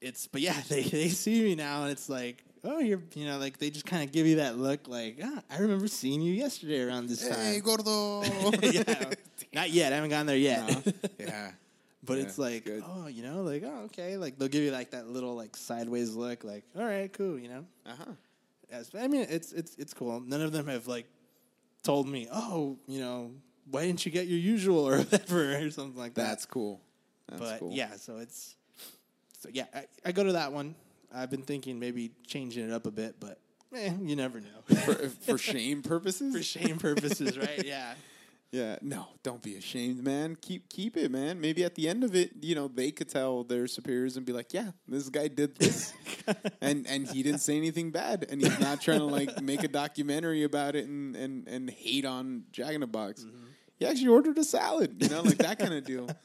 S1: It's but yeah, [LAUGHS] they, they see me now and it's like, oh, you're you know like they just kind of give you that look like ah, I remember seeing you yesterday around this time.
S2: gordo.
S1: [LAUGHS]
S2: [LAUGHS]
S1: yeah, not yet. I haven't gotten there yet.
S2: yeah.
S1: [LAUGHS] But
S2: Yeah,
S1: it's like,
S2: good.
S1: oh, you know, like, oh, okay. Like, they'll give you like that little like sideways look, like, all right, cool, you know.
S2: Uh huh.
S1: As, I mean, it's it's it's cool. None of them have like told me, oh, you know, why didn't you get your usual or [LAUGHS] whatever or something like that.
S2: That's cool. That's
S1: but
S2: cool.
S1: yeah, so it's so yeah. I, I go to that one. I've been thinking maybe changing it up a bit, but eh, you never know.
S2: For, for shame
S1: [LAUGHS]
S2: purposes.
S1: For shame purposes, right?
S2: [LAUGHS]
S1: Yeah.
S2: Yeah. No, don't be ashamed, man. Keep keep it, man. Maybe at the end of it, you know, they could tell their superiors and be like, "Yeah, this guy did
S1: [LAUGHS]
S2: this, and and he didn't say anything bad, and he's not trying to like make a documentary about it and and and hate on Jack in the Box.
S1: Mm-hmm.
S2: He actually ordered a salad, you know, like that kind of deal."
S1: [LAUGHS]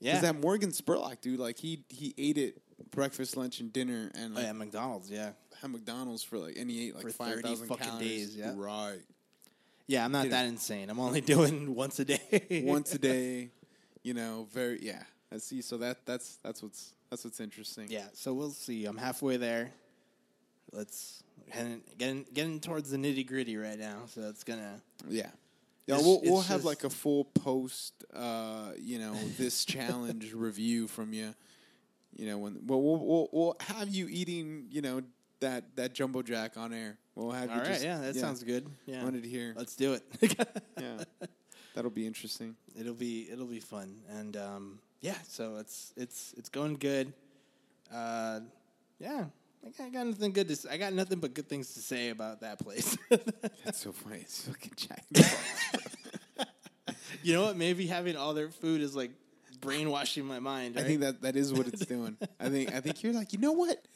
S1: Yeah.
S2: Because that Morgan Spurlock dude, like he he ate it breakfast, lunch, and dinner, and
S1: oh,
S2: like
S1: yeah, McDonald's, yeah.
S2: had McDonald's for like and he ate like
S1: For 30
S2: five thousand
S1: fucking
S2: calories.
S1: days, yeah.
S2: Right,
S1: Yeah, I'm not
S2: Dude.
S1: that insane. I'm only [LAUGHS] doing once a day. [LAUGHS]
S2: once a day, you know, very yeah. I see. So that that's that's what's that's what's interesting.
S1: Yeah, so we'll see. I'm halfway there. Let's getting getting, getting towards the nitty gritty right now. So it's gonna
S2: yeah. Yeah,
S1: It's-
S2: we'll
S1: it's
S2: we'll have
S1: just-
S2: like a full post, uh, you know,
S1: [LAUGHS]
S2: this challenge review from you. You know, when well, we'll we'll, we'll have you eating, you know, that that jumbo jack on air. We'll have
S1: all
S2: you
S1: right.
S2: just,
S1: yeah, that sounds good. Yeah,
S2: Wanted to hear.
S1: let's do it. [LAUGHS]
S2: yeah, that'll be interesting.
S1: it'll be it'll be fun. And um, yeah, so it's it's it's going good. Uh, yeah, I got, I got nothing good to. s I I got nothing but good things to say about that place. [LAUGHS]
S2: That's so funny. It's fucking Jack. [LAUGHS] in the Box.
S1: you know what? Maybe having all their food is like brainwashing my mind.
S2: I think
S1: right?
S2: that that is
S1: [LAUGHS]
S2: what it's doing. I think I think you're like, you know what?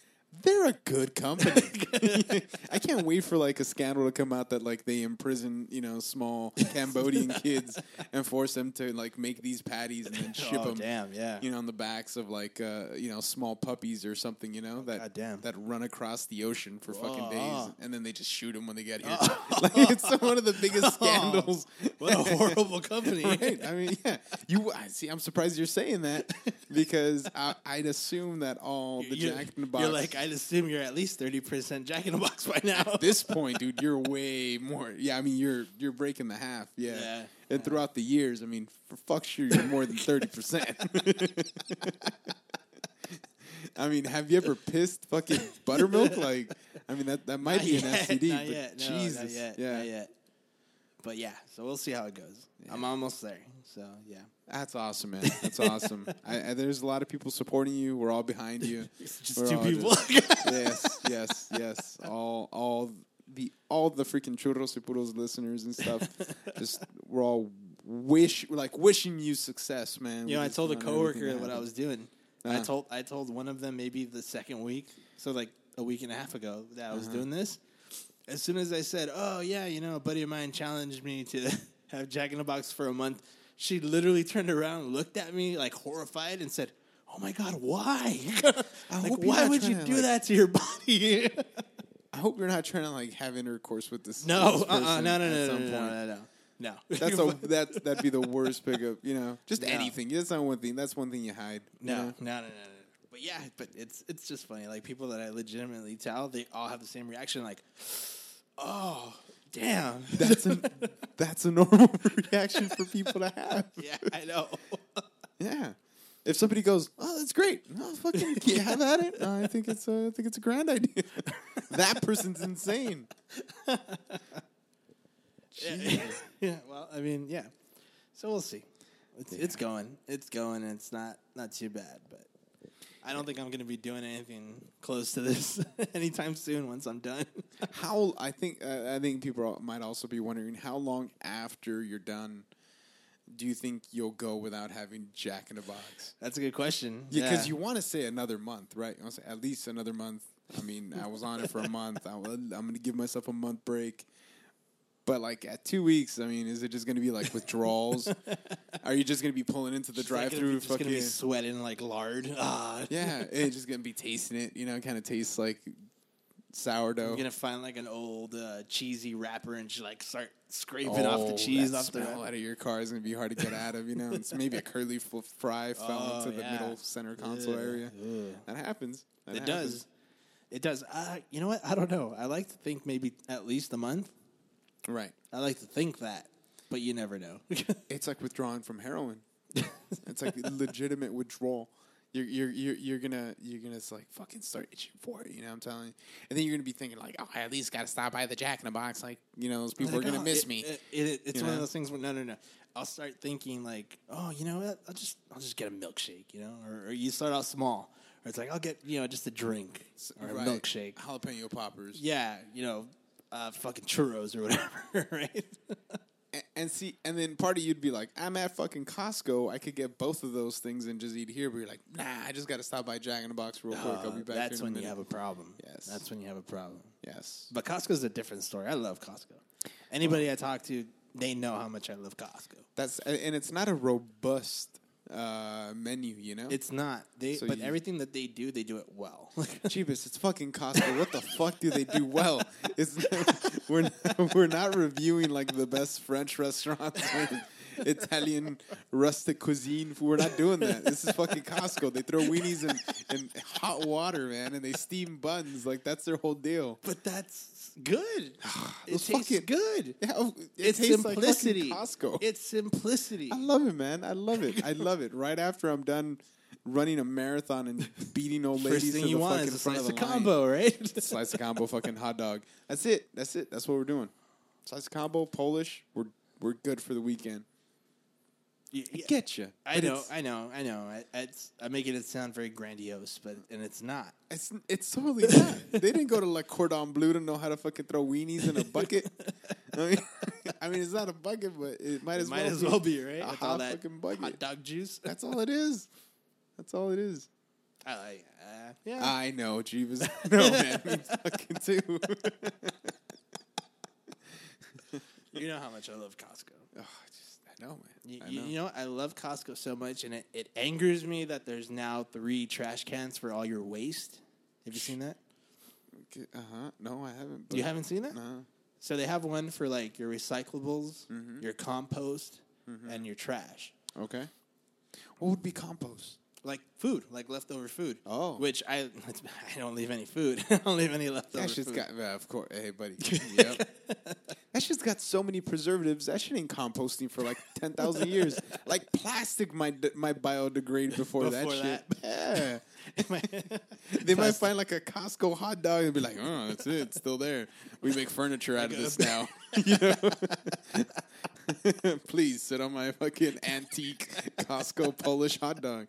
S2: They're a good company. [LAUGHS] I can't wait for like a scandal to come out that like they imprison you
S1: [LAUGHS]
S2: know small Cambodian kids and force them to like make these patties
S1: [LAUGHS]
S2: and then ship
S1: oh
S2: them
S1: damn, yeah.
S2: [LAUGHS] you know on the backs of like uh, you know small puppies or something you know that
S1: God damn.
S2: that run across the ocean for fucking days
S1: Oh.
S2: and then they just shoot them when they get here.
S1: [LAUGHS]
S2: [LAUGHS] like it's one of the biggest scandals. [LAUGHS]
S1: What [LAUGHS] a horrible company.
S2: Right. I mean, yeah. You I see. I'm surprised you're saying that [LAUGHS] because I, I'd assume that all [LAUGHS] the
S1: You-
S2: Jack in the Box.
S1: You're like, I'd assume you're at least thirty percent Jack in the Box by now.
S2: at [LAUGHS] this point, dude, you're way more. Yeah, I mean, you're you're breaking the half. Yeah.
S1: Yeah.
S2: And throughout the years, I mean, for fuck sure, you're more than thirty percent. [LAUGHS] I mean, have you ever pissed fucking buttermilk? Like, I mean, that, that
S1: [LAUGHS]
S2: might
S1: Not
S2: be an
S1: yet,
S2: STD,
S1: not
S2: but
S1: yet, no,
S2: Jesus,
S1: not yet,
S2: yeah,
S1: not yet. But yeah, so we'll see how it goes. I'm almost there. So yeah,
S2: That's awesome, man. That's awesome. I, I, there's a lot of people supporting you. We're all behind you.
S1: [LAUGHS] It's just
S2: We're
S1: two
S2: all
S1: people. [LAUGHS]
S2: yes, yes, yes. All, all the, all the freaking churros y puros listeners and stuff.
S1: [LAUGHS]
S2: Just we're all wish, we're like wishing you success, man.
S1: you know,
S2: We
S1: I
S2: just
S1: told a
S2: want everything to
S1: coworker what I
S2: happen.
S1: was doing. I
S2: Uh-huh.
S1: told I
S2: Uh-huh.
S1: told one of them maybe the second week, so like a week and a half ago that I was doing this. as soon as I said, "Oh yeah, you know, a buddy of mine challenged me to [LAUGHS] have Jack in the Box for a month," she literally turned around, looked at me like horrified, and said, "Oh my God, why? [LAUGHS] like,
S2: hope you're
S1: why
S2: not
S1: would you
S2: trying to,
S1: do
S2: like-
S1: that to your [LAUGHS]
S2: [LAUGHS]
S1: body?"
S2: I hope you're not trying to like have intercourse with this.
S1: no,
S2: this
S1: uh, uh,
S2: person
S1: no, no, no,
S2: at
S1: no,
S2: some
S1: no,
S2: point.
S1: no, [LAUGHS] no, no. [LAUGHS]
S2: That's a that that'd be the worst pickup. You know, just
S1: No.
S2: anything. That's not one thing. That's one thing you hide. you
S1: No, no,
S2: know?
S1: no, no, no. no. But yeah, but it's it's just funny. Like people that I legitimately tell, they all have the same reaction. Like, oh,
S2: [LAUGHS]
S1: damn. [LAUGHS]
S2: that's a that's a normal [LAUGHS] reaction for people to have.
S1: yeah, I know. [LAUGHS]
S2: Yeah. If somebody goes, oh, that's great. No, fucking yeah, have at it. No, I think it's a, I think it's a grand idea. [LAUGHS] that person's insane.
S1: yeah, [LAUGHS] yeah, Well, I mean, yeah. So we'll see. It's, it's going. It's going. And it's not not too bad. But I don't think I'm going to be doing anything close to this [LAUGHS] anytime soon. Once I'm done. [LAUGHS]
S2: How I think uh, I think people al- might also be wondering how long after you're done do you think you'll go without having Jack in a Box?
S1: That's a good question.
S2: Yeah, because you want to say another month, right? You want to say at least another month. I mean, I was on it for a month. I, am going to give myself a month break. But like at two weeks, I mean, is it just going to be like
S1: [LAUGHS]
S2: withdrawals? Are you just going to be pulling into the
S1: It's not gonna be-
S2: drive-through?
S1: just gonna
S2: Fucking
S1: be sweating like lard. [LAUGHS] Ah,
S2: [LAUGHS] yeah, it's just going to be tasting it. You know, kind of tastes like
S1: You're
S2: sourdough.
S1: gonna find like an old uh, cheesy wrapper and just like start scraping off
S2: Oh,
S1: the cheese
S2: that
S1: off the
S2: smell
S1: wrapper.
S2: out of your car is going to be hard to get out of. You know,
S1: [LAUGHS]
S2: it's maybe a curly f- fry fell
S1: Oh,
S2: into the
S1: yeah.
S2: middle center console
S1: Ugh,
S2: area.
S1: ugh.
S2: That happens. That
S1: It
S2: happens.
S1: does. It does. Uh, you know what? I don't know. I like to think maybe at least a month.
S2: Right.
S1: I like to think that, but you never know. [LAUGHS]
S2: It's like withdrawing from heroin. it's like legitimate withdrawal. You're you're you're you're gonna you're gonna s- like fucking start itching for it. You know what I'm telling you. And then you're gonna be thinking like, oh, I at least got to stop by the Jack in the Box. Like you know, those people are
S1: Like,
S2: gonna
S1: oh,
S2: miss
S1: it-
S2: me.
S1: it- it- it's
S2: You
S1: one of
S2: know?
S1: those things where no, no, no. I'll start thinking like, oh, you know what? I'll just, I'll just get a milkshake, you know. Or, or you start out small, or it's like I'll get, you know, just a drink or a
S2: Right.
S1: milkshake.
S2: jalapeno poppers.
S1: Yeah, you know, uh, fucking churros or whatever, [LAUGHS] right?
S2: And, and see, and then part of you'd be like, I'm at fucking Costco. I could get both of those things and just eat here. But you're like, nah, I just got to stop by Jack in the Box real quick. I'll be back.
S1: Uh, that's
S2: in
S1: when
S2: a
S1: you
S2: minute.
S1: have a problem.
S2: Yes.
S1: That's when you have a problem.
S2: yes.
S1: But Costco's a different story. I love Costco. Anybody I talk to, they know how much I love Costco.
S2: That's and and it's not a robust uh, menu. You know,
S1: It's not. They
S2: So
S1: but
S2: you-
S1: everything that they do, they do it well. [LAUGHS]
S2: Jeebus, it's fucking Costco. What the fuck do they do well? It's [LAUGHS] we're not, we're not reviewing like the best French restaurants, or Italian rustic cuisine. We're not doing that. This is fucking Costco. They throw weenies in, in hot water, man, and they steam buns. Like that's their whole deal.
S1: but that's good. it
S2: [SIGHS] Those
S1: tastes
S2: fucking-
S1: good.
S2: Yeah, oh, it
S1: It's
S2: tastes like fucking
S1: simplicity.
S2: Costco.
S1: It's simplicity.
S2: I love it, man. I love it. I love it. Right after I'm done running a marathon and beating old ladies
S1: First thing
S2: to the
S1: you want
S2: fucking
S1: is a
S2: front
S1: slice
S2: of
S1: of
S2: the line.
S1: combo, right?
S2: [LAUGHS] slice of combo, fucking hot dog. That's it. That's it. That's what we're doing. Slice of combo, Polish. We're we're good for the weekend.
S1: Yeah,
S2: I get you.
S1: I know, I know, I know. I, it's, I'm making it sound very grandiose, but and it's not.
S2: It's it's totally not. they didn't go to like Cordon Bleu to know how to fucking throw weenies in
S1: [LAUGHS]
S2: a bucket. I mean, [LAUGHS] I mean, it's not a bucket, but it might
S1: It
S2: as
S1: might
S2: well
S1: as
S2: be.
S1: well be, right?
S2: a
S1: With
S2: hot
S1: all that
S2: fucking bucket.
S1: hot dog juice.
S2: That's all it is. That's all it is.
S1: I like, uh, yeah.
S2: I know,
S1: [LAUGHS]
S2: Jeeves. I know, man. Me fucking too. [LAUGHS]
S1: you know how much I love Costco.
S2: Oh, I just- I know, man.
S1: You,
S2: I
S1: you-
S2: know.
S1: you know, I love Costco so much, and it, it angers me that there's now three trash cans for all your waste. Have you seen that?
S2: Uh huh. No, I haven't.
S1: You haven't seen that?
S2: No.
S1: So they have one for like your recyclables,
S2: Mm-hmm.
S1: your compost, and your trash.
S2: Okay. What would be compost?
S1: Like food, like leftover food.
S2: Oh.
S1: which I [LAUGHS] I don't leave any food. [LAUGHS] I don't leave any leftover.
S2: That shit's
S1: food. [LAUGHS]
S2: got, uh, of course. Hey, [LAUGHS] buddy. Yep. that shit's got so many preservatives. That shit ain't composting for like [LAUGHS] ten thousand years. Like plastic might might [LAUGHS] biodegrade before, that
S1: Before
S2: shit. [LAUGHS] Yeah.
S1: My-
S2: [LAUGHS] They might find like a Costco hot dog and be like, "Oh, that's it. It's still there. We make furniture out of
S1: Like a-
S2: this [LAUGHS] now." you know? Please sit on my fucking antique Costco [LAUGHS] Polish hot dog.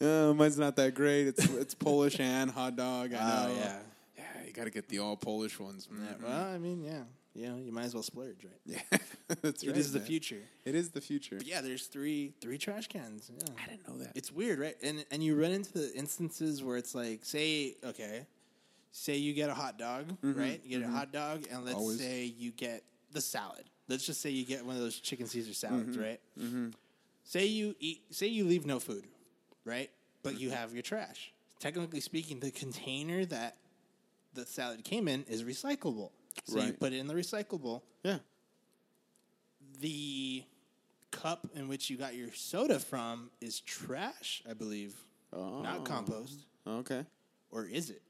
S2: Uh, mine's not that great. It's it's Polish and hot dog. I
S1: Oh,
S2: know.
S1: yeah.
S2: yeah. You got to get the all Polish ones.
S1: Yeah,
S2: Mhm.
S1: well, I mean, yeah, you know, you might as well splurge, right?
S2: Yeah, [LAUGHS] that's
S1: It
S2: right,
S1: is the
S2: man.
S1: future.
S2: It is the future.
S1: But yeah, there's three three trash cans. Yeah.
S2: I didn't know that.
S1: It's weird, right? And and you run into the instances where it's like, say, okay, say you get a hot dog, right? You get a hot dog, and let's
S2: Mm-hmm. Always.
S1: say you get the salad. Let's just say you get one of those chicken Caesar salads, right? Mm-hmm. Say you eat, say you leave no food, right? But
S2: Mm-hmm.
S1: you have your trash. Technically speaking, the container that the salad came in is recyclable. So you
S2: Right.
S1: put it in the recyclable.
S2: Yeah.
S1: The cup in which you got your soda from is trash, I believe,
S2: Oh.
S1: not compost,
S2: Okay.
S1: or is it?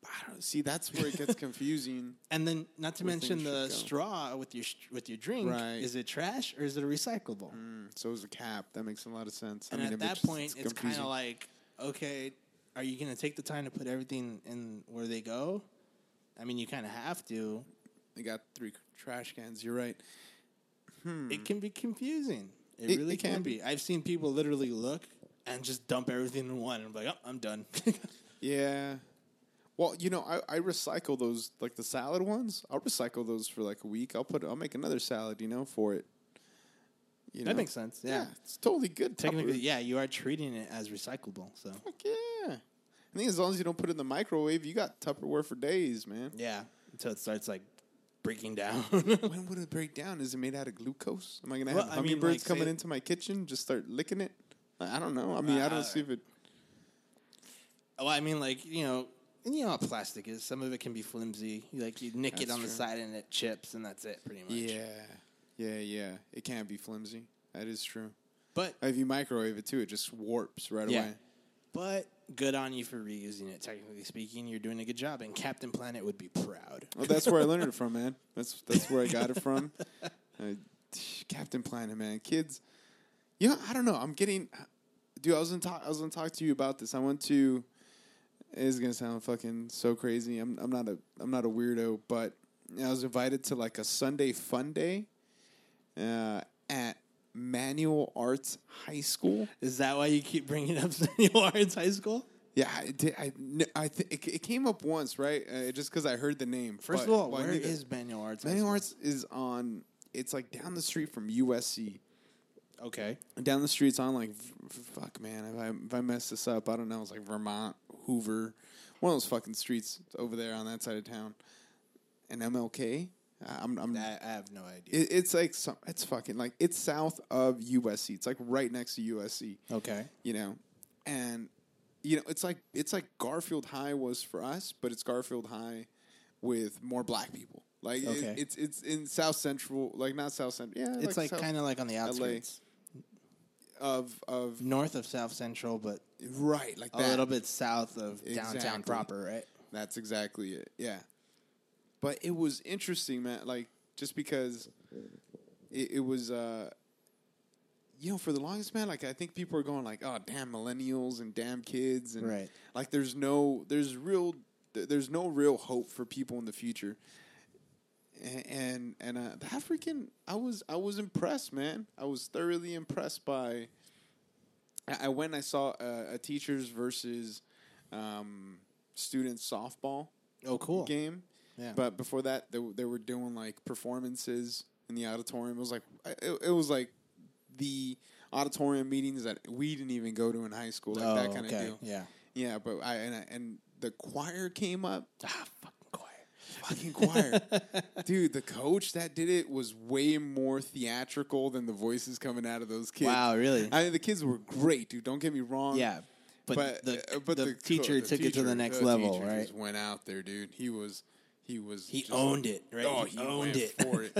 S2: But I don't see. That's where it gets confusing. [LAUGHS]
S1: And then, not to
S2: Where
S1: mention
S2: things
S1: the
S2: should go.
S1: straw with your with your drink.
S2: Right.
S1: Is it trash or is it a recyclable?
S2: Mm, so is the cap. That makes a lot of sense.
S1: And
S2: I
S1: at
S2: mean, it
S1: that
S2: makes-
S1: point, it's kind
S2: confusing.
S1: of like, okay, are you going to take the time to put everything in where they go? I mean, you kind of have to.
S2: they got three trash cans. You're right.
S1: It can be confusing. It,
S2: Hmm. It-
S1: really
S2: it
S1: can,
S2: can
S1: be. I've seen people literally look and just dump everything in one. and I'm like, oh, I'm done. [LAUGHS]
S2: Yeah. Well, you know, I, I recycle those like the salad ones. I'll recycle those for like a week. I'll put I'll make another salad, you know, for it. You
S1: that
S2: know?
S1: makes sense. Yeah.
S2: it's totally good.
S1: Technically,
S2: Tupper-
S1: yeah, you are treating it as recyclable. So,
S2: Fuck yeah. I think as long as you don't put it in the microwave, you got Tupperware for days, [LAUGHS] man.
S1: yeah, until it starts like breaking down. [LAUGHS]
S2: when would it break down? Is it made out of glucose? Am I gonna
S1: Well,
S2: have
S1: I mean,
S2: hummingbirds
S1: like,
S2: coming
S1: say-
S2: into my kitchen? Just start licking it? I I don't know. I mean, I
S1: Uh,
S2: don't see if it.
S1: Well, I mean, like you know, and you know how plastic is. Some of it can be flimsy. You, like you nick it
S2: That's
S1: on the
S2: true.
S1: side and it chips, and that's it, pretty much.
S2: Yeah, yeah, yeah. It can't be flimsy. That is true.
S1: But
S2: If you microwave it too, it just warps right
S1: Yeah.
S2: away.
S1: but good on you for reusing it. Technically speaking, you're doing a good job, and Captain Planet would be proud.
S2: Well, that's where I learned it from, man. That's that's where I got it from. [LAUGHS] Uh, Captain Planet, man. Kids, you know, I don't know. I'm getting, dude. I was gonna talk. I was gonna talk to you about this. I went to. It's gonna sound fucking so crazy. I'm I'm not a I'm not a weirdo, but I was invited to like a Sunday fun day, uh, at Manual Arts High School.
S1: [LAUGHS] Is that why you keep bringing up [LAUGHS] Samuel Lawrence High School?
S2: Yeah, I did. I, kn- I th- it, it came up once, right? Uh, just because I heard the name.
S1: First
S2: but-
S1: of all,
S2: but I
S1: where
S2: knew that-
S1: is Manual Arts? High
S2: Manual
S1: School?
S2: Arts is on. It's like down the street from USC.
S1: Okay.
S2: Down the street's on like, f- f- fuck, man. If I if I mess this up, I don't know. It's like Vermont, Hoover, one of those fucking streets over there on that side of town. And MLK. I- I'm. I'm
S1: I, I have no idea.
S2: it, it's like some. It's fucking like it's south of USC. It's like right next to USC
S1: okay.
S2: you know, and you know it's like it's like Garfield High was for us, but it's Garfield High with more black people. Like it-
S1: Okay.
S2: it's it's in South Central, like not South Central. Yeah,
S1: It's like
S2: South-
S1: kind of like on the outskirts,
S2: of of
S1: north of South Central, but
S2: right like
S1: a
S2: that.
S1: little bit south of downtown
S2: Exactly.
S1: proper, right?
S2: That's exactly it. Yeah. But it was interesting, man. Like just because it, it was, uh, you know, for the longest man, like I think people are going like, oh, damn millennials and damn kids, and
S1: Right.
S2: like there's no, there's real, th- there's no real hope for people in the future. A- And and uh, the African, I was I was impressed, man. I was thoroughly impressed by. I I went. and I saw uh, a, a teachers versus um, students softball
S1: Oh, cool.
S2: game.
S1: Yeah.
S2: But before that, they, w- they were doing like performances in the auditorium. It was like I- it, it was like the auditorium meetings that we didn't even go to in high school, like
S1: oh,
S2: that kind of
S1: okay.
S2: deal.
S1: Yeah.
S2: Yeah, but I and, I and the choir came up.
S1: Ah, fucking quiet. [LAUGHS]
S2: Fucking choir, dude. The coach that did it was way more theatrical than the voices coming out of those kids.
S1: Wow, really?
S2: I mean, the kids were great, dude. Don't get me wrong.
S1: Yeah, but, the,
S2: Um, uh,
S1: the,
S2: co-
S1: teacher
S2: the
S1: took it to
S2: teacher-
S1: the next
S2: the
S1: level,
S2: teacher
S1: right?
S2: Just went out there, dude. He was, he was.
S1: He
S2: just-
S1: owned it, right?
S2: Oh,
S1: He
S2: he,
S1: owned
S2: went
S1: it. [LAUGHS]
S2: for it.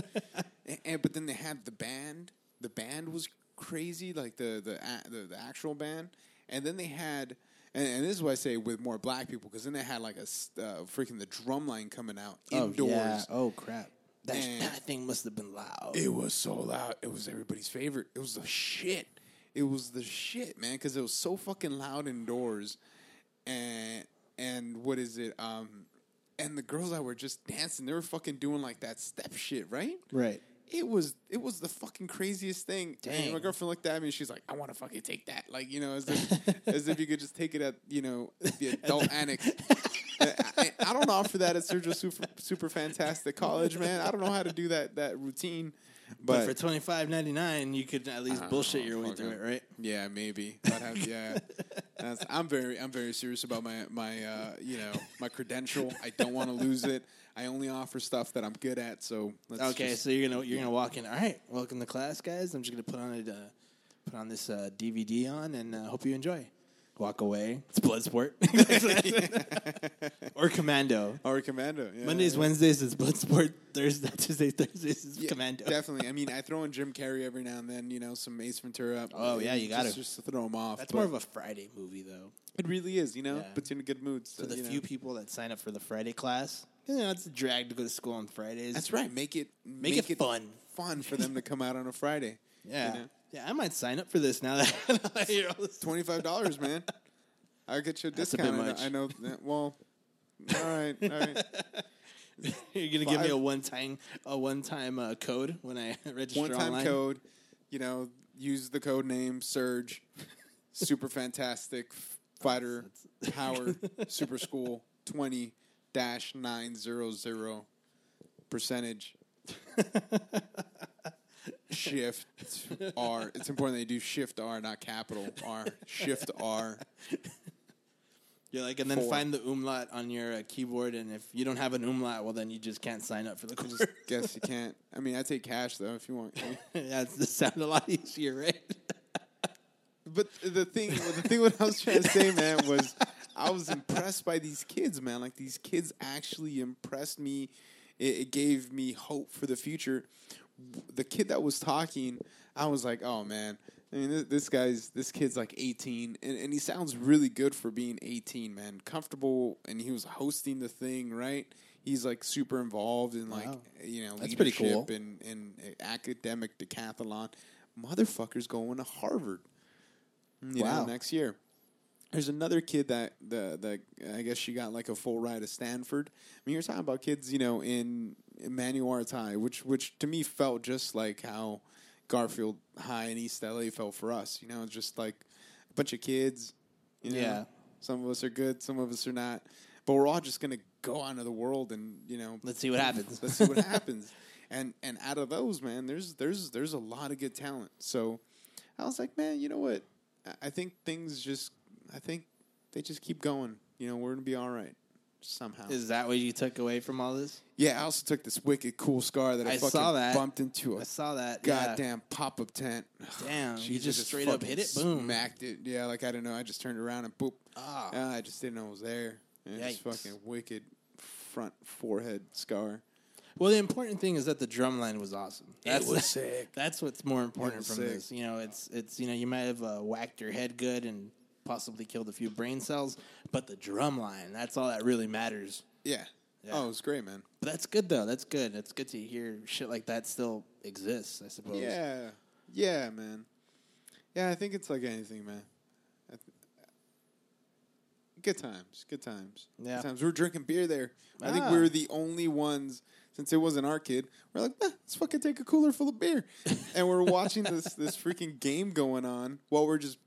S2: and, and- but then they had the band. The band was crazy, like the the a- the, the actual band. And then they had, and, and this is why I say with more black people, because then they had like a s- uh, freaking the drum line coming out
S1: Oh,
S2: indoors.
S1: yeah. oh crap! That,
S2: And-
S1: that thing must have been loud.
S2: It was so loud. It was everybody's favorite. It was the shit. It was the shit, man, because it was so fucking loud indoors. And and what is it? Um, and the girls that were just dancing, they were fucking doing like that step shit, right?
S1: right.
S2: It was it was the fucking craziest thing. And
S1: Dang.
S2: my girlfriend looked at me and she's like, "I want to fucking take that." Like you know, as if as if you could just take it at you know the adult annex. I, I- I don't offer that at Sergio Super, Super Fantastic College, man. I don't know how to do that that routine.
S1: But,
S2: But, Ah,
S1: for twenty five ninety nine, you could at least bullshit your way
S2: fuck
S1: through
S2: it.
S1: it, right?
S2: yeah, maybe. I'd have, yeah, That's- I'm very I'm very serious about my my uh, you know my credential. I don't want to lose it. I only offer stuff that I'm good at. So let's
S1: okay,
S2: [LAUGHS] just-
S1: so you're gonna you're gonna walk in. All right, welcome to class, guys. I'm just gonna put on it, uh, put on this uh, DVD on, and uh, hope you enjoy. Walk away. It's
S2: [LAUGHS]
S1: Bloodsport [LAUGHS] or Commando.
S2: or Commando. Yeah,
S1: Mondays,
S2: yeah.
S1: Wednesdays is Bloodsport. Thursday, [LAUGHS] Tuesday, Thursdays is
S2: Yeah,
S1: Commando. [LAUGHS]
S2: Definitely. I mean, I throw in Jim Carrey every now and then. You know, some Ace Ventura.
S1: Oh, yeah, you gotta.
S2: just, just to throw him off.
S1: That's
S2: but
S1: more of a Friday movie, though.
S2: It really is. You know,
S1: Yeah.
S2: puts you in a good mood.
S1: For
S2: So
S1: the
S2: you know.
S1: few people that sign up for the Friday class, you know, it's a drag to go to school on Fridays.
S2: That's right. Make it make,
S1: it fun.
S2: Fun for them to come out on a Friday.
S1: Yeah.
S2: You know?
S1: Yeah, I might sign up for this now that [LAUGHS] now that I hear all this.
S2: Twenty five dollars, man. I get you
S1: [LAUGHS]
S2: a
S1: That's a
S2: discount.
S1: bit
S2: I know. I know that- well, all right, all right.
S1: [LAUGHS] You're gonna give me a
S2: Five.
S1: one time a one time uh, code when I [LAUGHS] register
S2: One time
S1: online.
S2: code. You know, use the code name Surge. Super fantastic f- fighter power super school twenty dash nine zero zero percentage shift R. It's important they do shift R, not capital R. Shift R.
S1: You're like, and then
S2: Four.
S1: find the umlaut on your uh, keyboard, and if you don't have an umlaut, well, then you just can't sign up for the [LAUGHS] course.
S2: Just guess you can't. I mean, I take cash though if you want.
S1: yeah, it's the sound a lot [LAUGHS] easier, right?
S2: But the thing, the thing, what I was trying to say, man, was I was impressed by these kids, man. Like these kids actually impressed me. It, it gave me hope for the future. The kid that was talking, I was like, oh man. I mean, this, this guy's, this kid's like 18, and, and he sounds really good for being 18, man. Comfortable, and he was hosting the thing, right? He's like super involved in like,
S1: Wow.
S2: you know,
S1: That's pretty
S2: leadership
S1: cool.
S2: and, and eh, academic decathlon. Motherfucker's going to Harvard you
S1: Wow.
S2: know, next year. There's another kid that the the I guess she got like a full ride to Stanford. I mean, you're talking about kids, you know, in Manuart High, which which to me felt just like how Garfield High in East LA felt for us. You know, it's just like a bunch of kids. You know,
S1: Yeah.
S2: some of us are good, some of us are not, but we're all just gonna go out into the world and you know
S1: Let's see what happens.
S2: Let's
S1: [LAUGHS]
S2: see what happens. And and out of those, man, there's there's there's a lot of good talent. So I was like, man, you know what? I- I think things just I think they just keep going. You know, we're gonna be all right somehow.
S1: Is that what you took away from all this?
S2: yeah, I also took this wicked cool scar that I,
S1: I
S2: fucking
S1: saw that.
S2: bumped into
S1: I
S2: a
S1: saw that. yeah.
S2: goddamn pop up tent. [SIGHS]
S1: Damn, you
S2: Jeez, I
S1: just straight up
S2: fucking
S1: hit it? Boom.
S2: Smacked it. Yeah, like I don't know. I just turned around and boop.
S1: Ah.
S2: Ah, I just didn't know it was there. And it's
S1: Yikes.
S2: fucking wicked front forehead scar.
S1: Well, the important thing is that the drum line was awesome. That's, [LAUGHS]
S2: was sick.
S1: That's what's more important
S2: was
S1: from
S2: sick.
S1: this. You know, it's it's you know you might have uh, whacked your head good and possibly killed a few brain cells, but the drum line that's all that really matters.
S2: Yeah.
S1: Yeah.
S2: Oh, it was great, man.
S1: But that's good though. That's good. It's good to hear shit like that still exists. I suppose.
S2: Yeah, yeah, man. Yeah, I think it's like anything, man. I th- good times, good times.
S1: Yeah.
S2: good times. We were drinking beer there. I think we
S1: Ah.
S2: were the only ones. Since it wasn't our kid, we're like, "Nah, let's fucking take a cooler full of
S1: [LAUGHS]
S2: beer, and we're watching this this freaking game going on while we're just,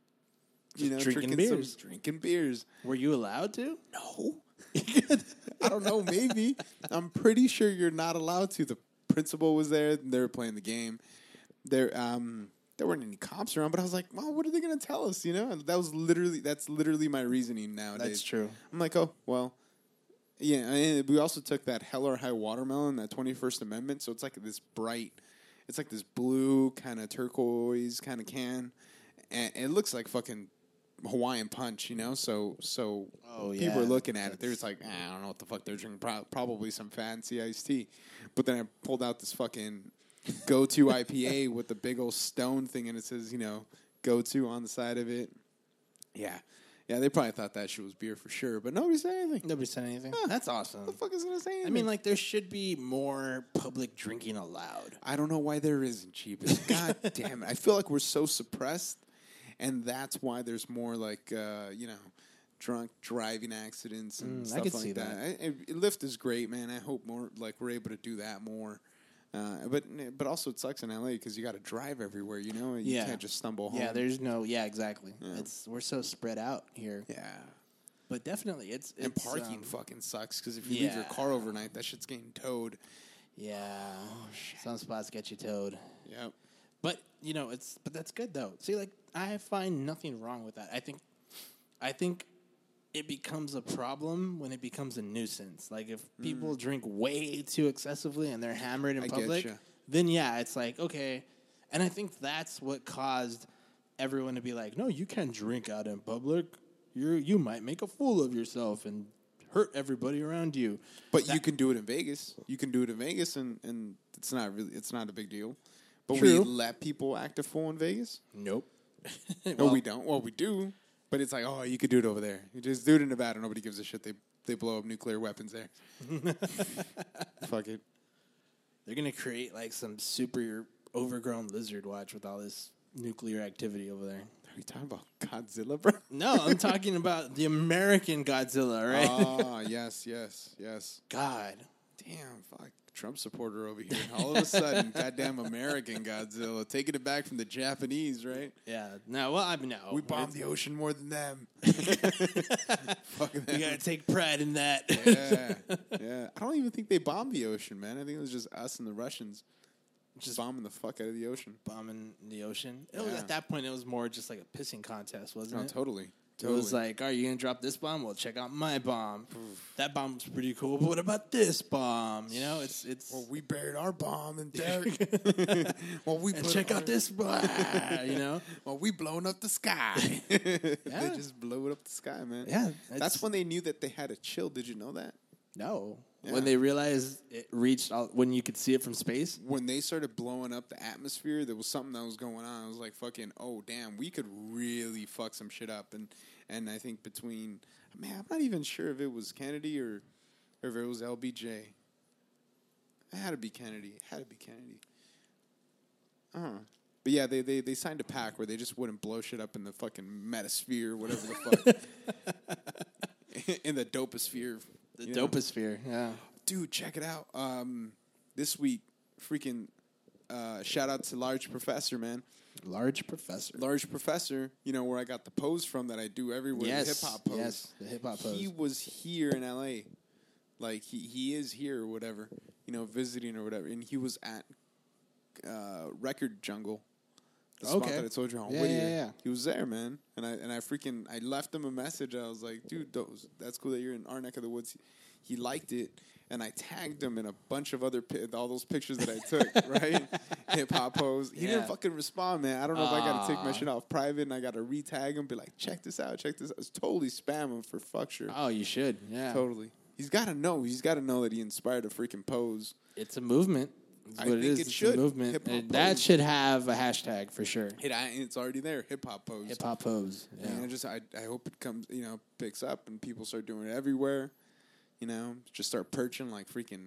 S2: you
S1: Just
S2: know,
S1: drinking
S2: drinking some-
S1: beers.
S2: drinking beers.
S1: Were you allowed to?
S2: No. [LAUGHS] I don't know, maybe. I'm pretty sure you're not allowed to. The principal was there, and they were playing the game. There um there weren't any cops around, but I was like, Well, what are they gonna tell us? You know? And that was literally that's literally my reasoning nowadays.
S1: That's true.
S2: I'm like, oh well yeah, and we also took that hell or high watermelon, that twenty first amendment, so it's like this bright it's like this blue kind of turquoise kind of can. And it looks like fucking Hawaiian punch, you know. So, so
S1: Oh, yeah.
S2: people are looking at it. They're just like, "Ah, I don't know what the fuck they're drinking. Pro- probably some fancy iced tea. But then I pulled out this fucking go to IPA with the big old stone thing, and it says, you know, go to on the side of it. Yeah, yeah. They probably thought that shit was beer for sure, but nobody said anything.
S1: Nobody said anything. That's awesome.
S2: The fuck is gonna say anything?
S1: I mean, like there should be more public drinking allowed.
S2: I don't know why there
S1: [LAUGHS]
S2: isn't cheapest. God damn it! I feel like we're so suppressed, and that's why there's more like uh, you know, drunk driving accidents and
S1: Mm, I
S2: stuff
S1: could
S2: like
S1: see
S2: that. I, I, Lyft is great, man. I hope more like we're able to do that more. Uh, but but also it sucks in LA because you got to drive everywhere. You know, you
S1: Yeah.
S2: can't just stumble home.
S1: Yeah, there's no. Yeah, exactly. It's we're so spread out here,
S2: yeah.
S1: but definitely it's, it's
S2: And parking
S1: um,
S2: fucking sucks because if you leave your
S1: yeah.
S2: car overnight, that shit's getting towed.
S1: Yeah. Some spots get you towed.
S2: Yep.
S1: But you know, it's but that's good though. See, like I find nothing wrong with that. I think, I think it becomes a problem when it becomes a nuisance. Like if people drink way too excessively and they're hammered in
S2: Mm. I
S1: public,
S2: getcha.
S1: then yeah, it's like okay. And I think that's what caused everyone to be like, no, you can't drink out in public. You you might make a fool of yourself and hurt everybody around you.
S2: But you can do it in Vegas. You can do it in Vegas, and, and it's not really it's not a big deal. But we
S1: True.
S2: let people act a fool in Vegas.
S1: [LAUGHS] Nope.
S2: No, we don't. Well, we do. But it's like, oh, you could do it over there. You just do it in Nevada. Nobody gives a shit. They they blow up nuclear
S1: [LAUGHS]
S2: weapons there. Fuck it.
S1: They're gonna create like some super overgrown lizard watch with all this nuclear activity over there.
S2: Are you talking about Godzilla, bro?
S1: No, I'm talking about the American Godzilla, [LAUGHS] right? [LAUGHS]
S2: Ah, yes, yes, yes.
S1: Oh, God,
S2: Damn, fuck. Trump supporter over here. All of
S1: [LAUGHS]
S2: a sudden, goddamn American Godzilla taking it back from the Japanese, right?
S1: yeah. No, well, I mean, no.
S2: We bombed the ocean more
S1: [LAUGHS]
S2: than them. Fuck them.
S1: We gotta take pride in that. [LAUGHS]
S2: yeah, yeah. I don't even think they bombed the ocean, man. I think it was just us and the Russians just bombing the fuck out of the ocean.
S1: Bombing the ocean. It was,
S2: Yeah.
S1: At that point, it was more just like a pissing contest, wasn't
S2: No,
S1: it?
S2: totally.
S1: It
S2: Totally.
S1: was like, are you gonna drop this bomb? Well, check out my bomb. That bomb's pretty cool, but what about this bomb? You know, it's it's.
S2: well, we buried our
S1: [LAUGHS]
S2: bomb in [LAUGHS] Derek. well, we
S1: and
S2: put
S1: check
S2: our-
S1: out [LAUGHS] this bomb. you know,
S2: Well, we blown up the sky. [LAUGHS] They
S1: Yeah.
S2: just blew it up the sky, man.
S1: Yeah,
S2: that's
S1: it's-
S2: when they knew that they had a chill. Did you know that?
S1: No.
S2: Yeah.
S1: When they realized it reached all, when you could see it from space.
S2: When they started blowing up the atmosphere, there was something that was going on. I was like, "Fucking, oh damn, we could really fuck some shit up." And and I think between, man, I'm not even sure if it was Kennedy or, or if it was LBJ. It had to be Kennedy. It had to be Kennedy. Uh-huh. But yeah, they, they, they signed a pact where they just wouldn't blow shit up in the fucking metasphere, whatever the fuck. [LAUGHS] in the doposphere.
S1: The
S2: you know?
S1: doposphere. Yeah.
S2: Dude, check it out. Um, this week, freaking uh, shout out to Large Professor, man.
S1: Large professor.
S2: Large Professor, you know, where I got the pose from that I do everywhere, the hip
S1: Yes.
S2: hop pose.
S1: Yes, the hip hop
S2: He
S1: pose.
S2: was here in LA. Like, he, he is here or whatever, you know, visiting or whatever. And he was at uh, Record Jungle. The spot
S1: Okay.
S2: that I told you on
S1: Yeah,
S2: Whittier.
S1: yeah, yeah.
S2: He was there, man. And I and I freaking I left him a message. I was like, dude, those, that's cool that you're in our neck of the woods. He liked it. And I tagged him in a bunch of other pi- all those pictures that I took, [LAUGHS] right? Hip hop pose. He didn't
S1: Yeah.
S2: fucking respond, man. I don't know if I got to take my
S1: Aw.
S2: shit off private and I got to re-tag him, be like, check this out, check this out. It's totally spam him for fuck sure.
S1: Oh, you should. Yeah.
S2: Totally. He's got to know. He's got to know that he inspired a freaking pose.
S1: It's a movement. It's
S2: I
S1: what it
S2: think
S1: is.
S2: it
S1: it's
S2: should.
S1: a movement.
S2: Hip hop
S1: And that
S2: pose.
S1: should have a hashtag for sure.
S2: It, I, it's already there. Hip hop pose.
S1: Hip hop pose. Yeah.
S2: And I just I, I hope it comes you know picks up and people start doing it everywhere. You know, just start perching like freaking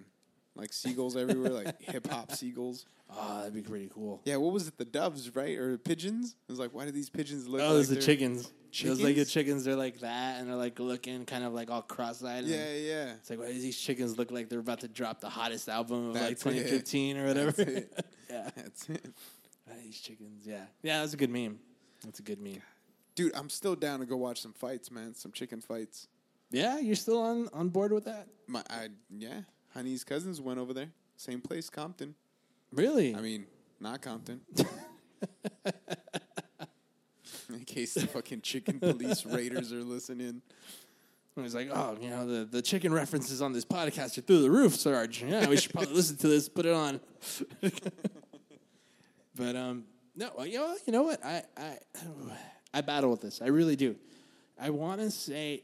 S2: like seagulls everywhere,
S1: [LAUGHS]
S2: like hip hop seagulls.
S1: Oh, that'd be pretty cool.
S2: Yeah, what was it? The doves, right, or pigeons? It was like, why do these pigeons look?
S1: Oh,
S2: like
S1: there's the
S2: they're-
S1: chickens. Those like the
S2: Chickens?
S1: chickens, they're like that, and they're like looking kind of like all cross-eyed. and
S2: Yeah, yeah. [LAUGHS]
S1: It's like, why do these chickens look like they're about to drop the hottest album of like
S2: That's it.
S1: 2015 or whatever?
S2: That's it.
S1: [LAUGHS] yeah.
S2: That's it.
S1: Ah, These chickens, yeah, yeah. That's a good meme. That's a good meme.
S2: Dude, I'm still down to go watch some fights, man. Some chicken fights.
S1: Yeah, you're still on on board with that?
S2: My, I yeah. Honey's cousins went over there. Same place, Compton.
S1: Really?
S2: I mean,
S1: [LAUGHS]
S2: not Compton. In case the fucking chicken police raiders are listening.
S1: And he's like, oh, you know, the, the chicken references on this podcast are through the roof, Sarge. Yeah, we should probably [LAUGHS] listen to this. Put it on. [LAUGHS] but um, no, well, you know, you know what? I I I battle with this. I really do. I want to say.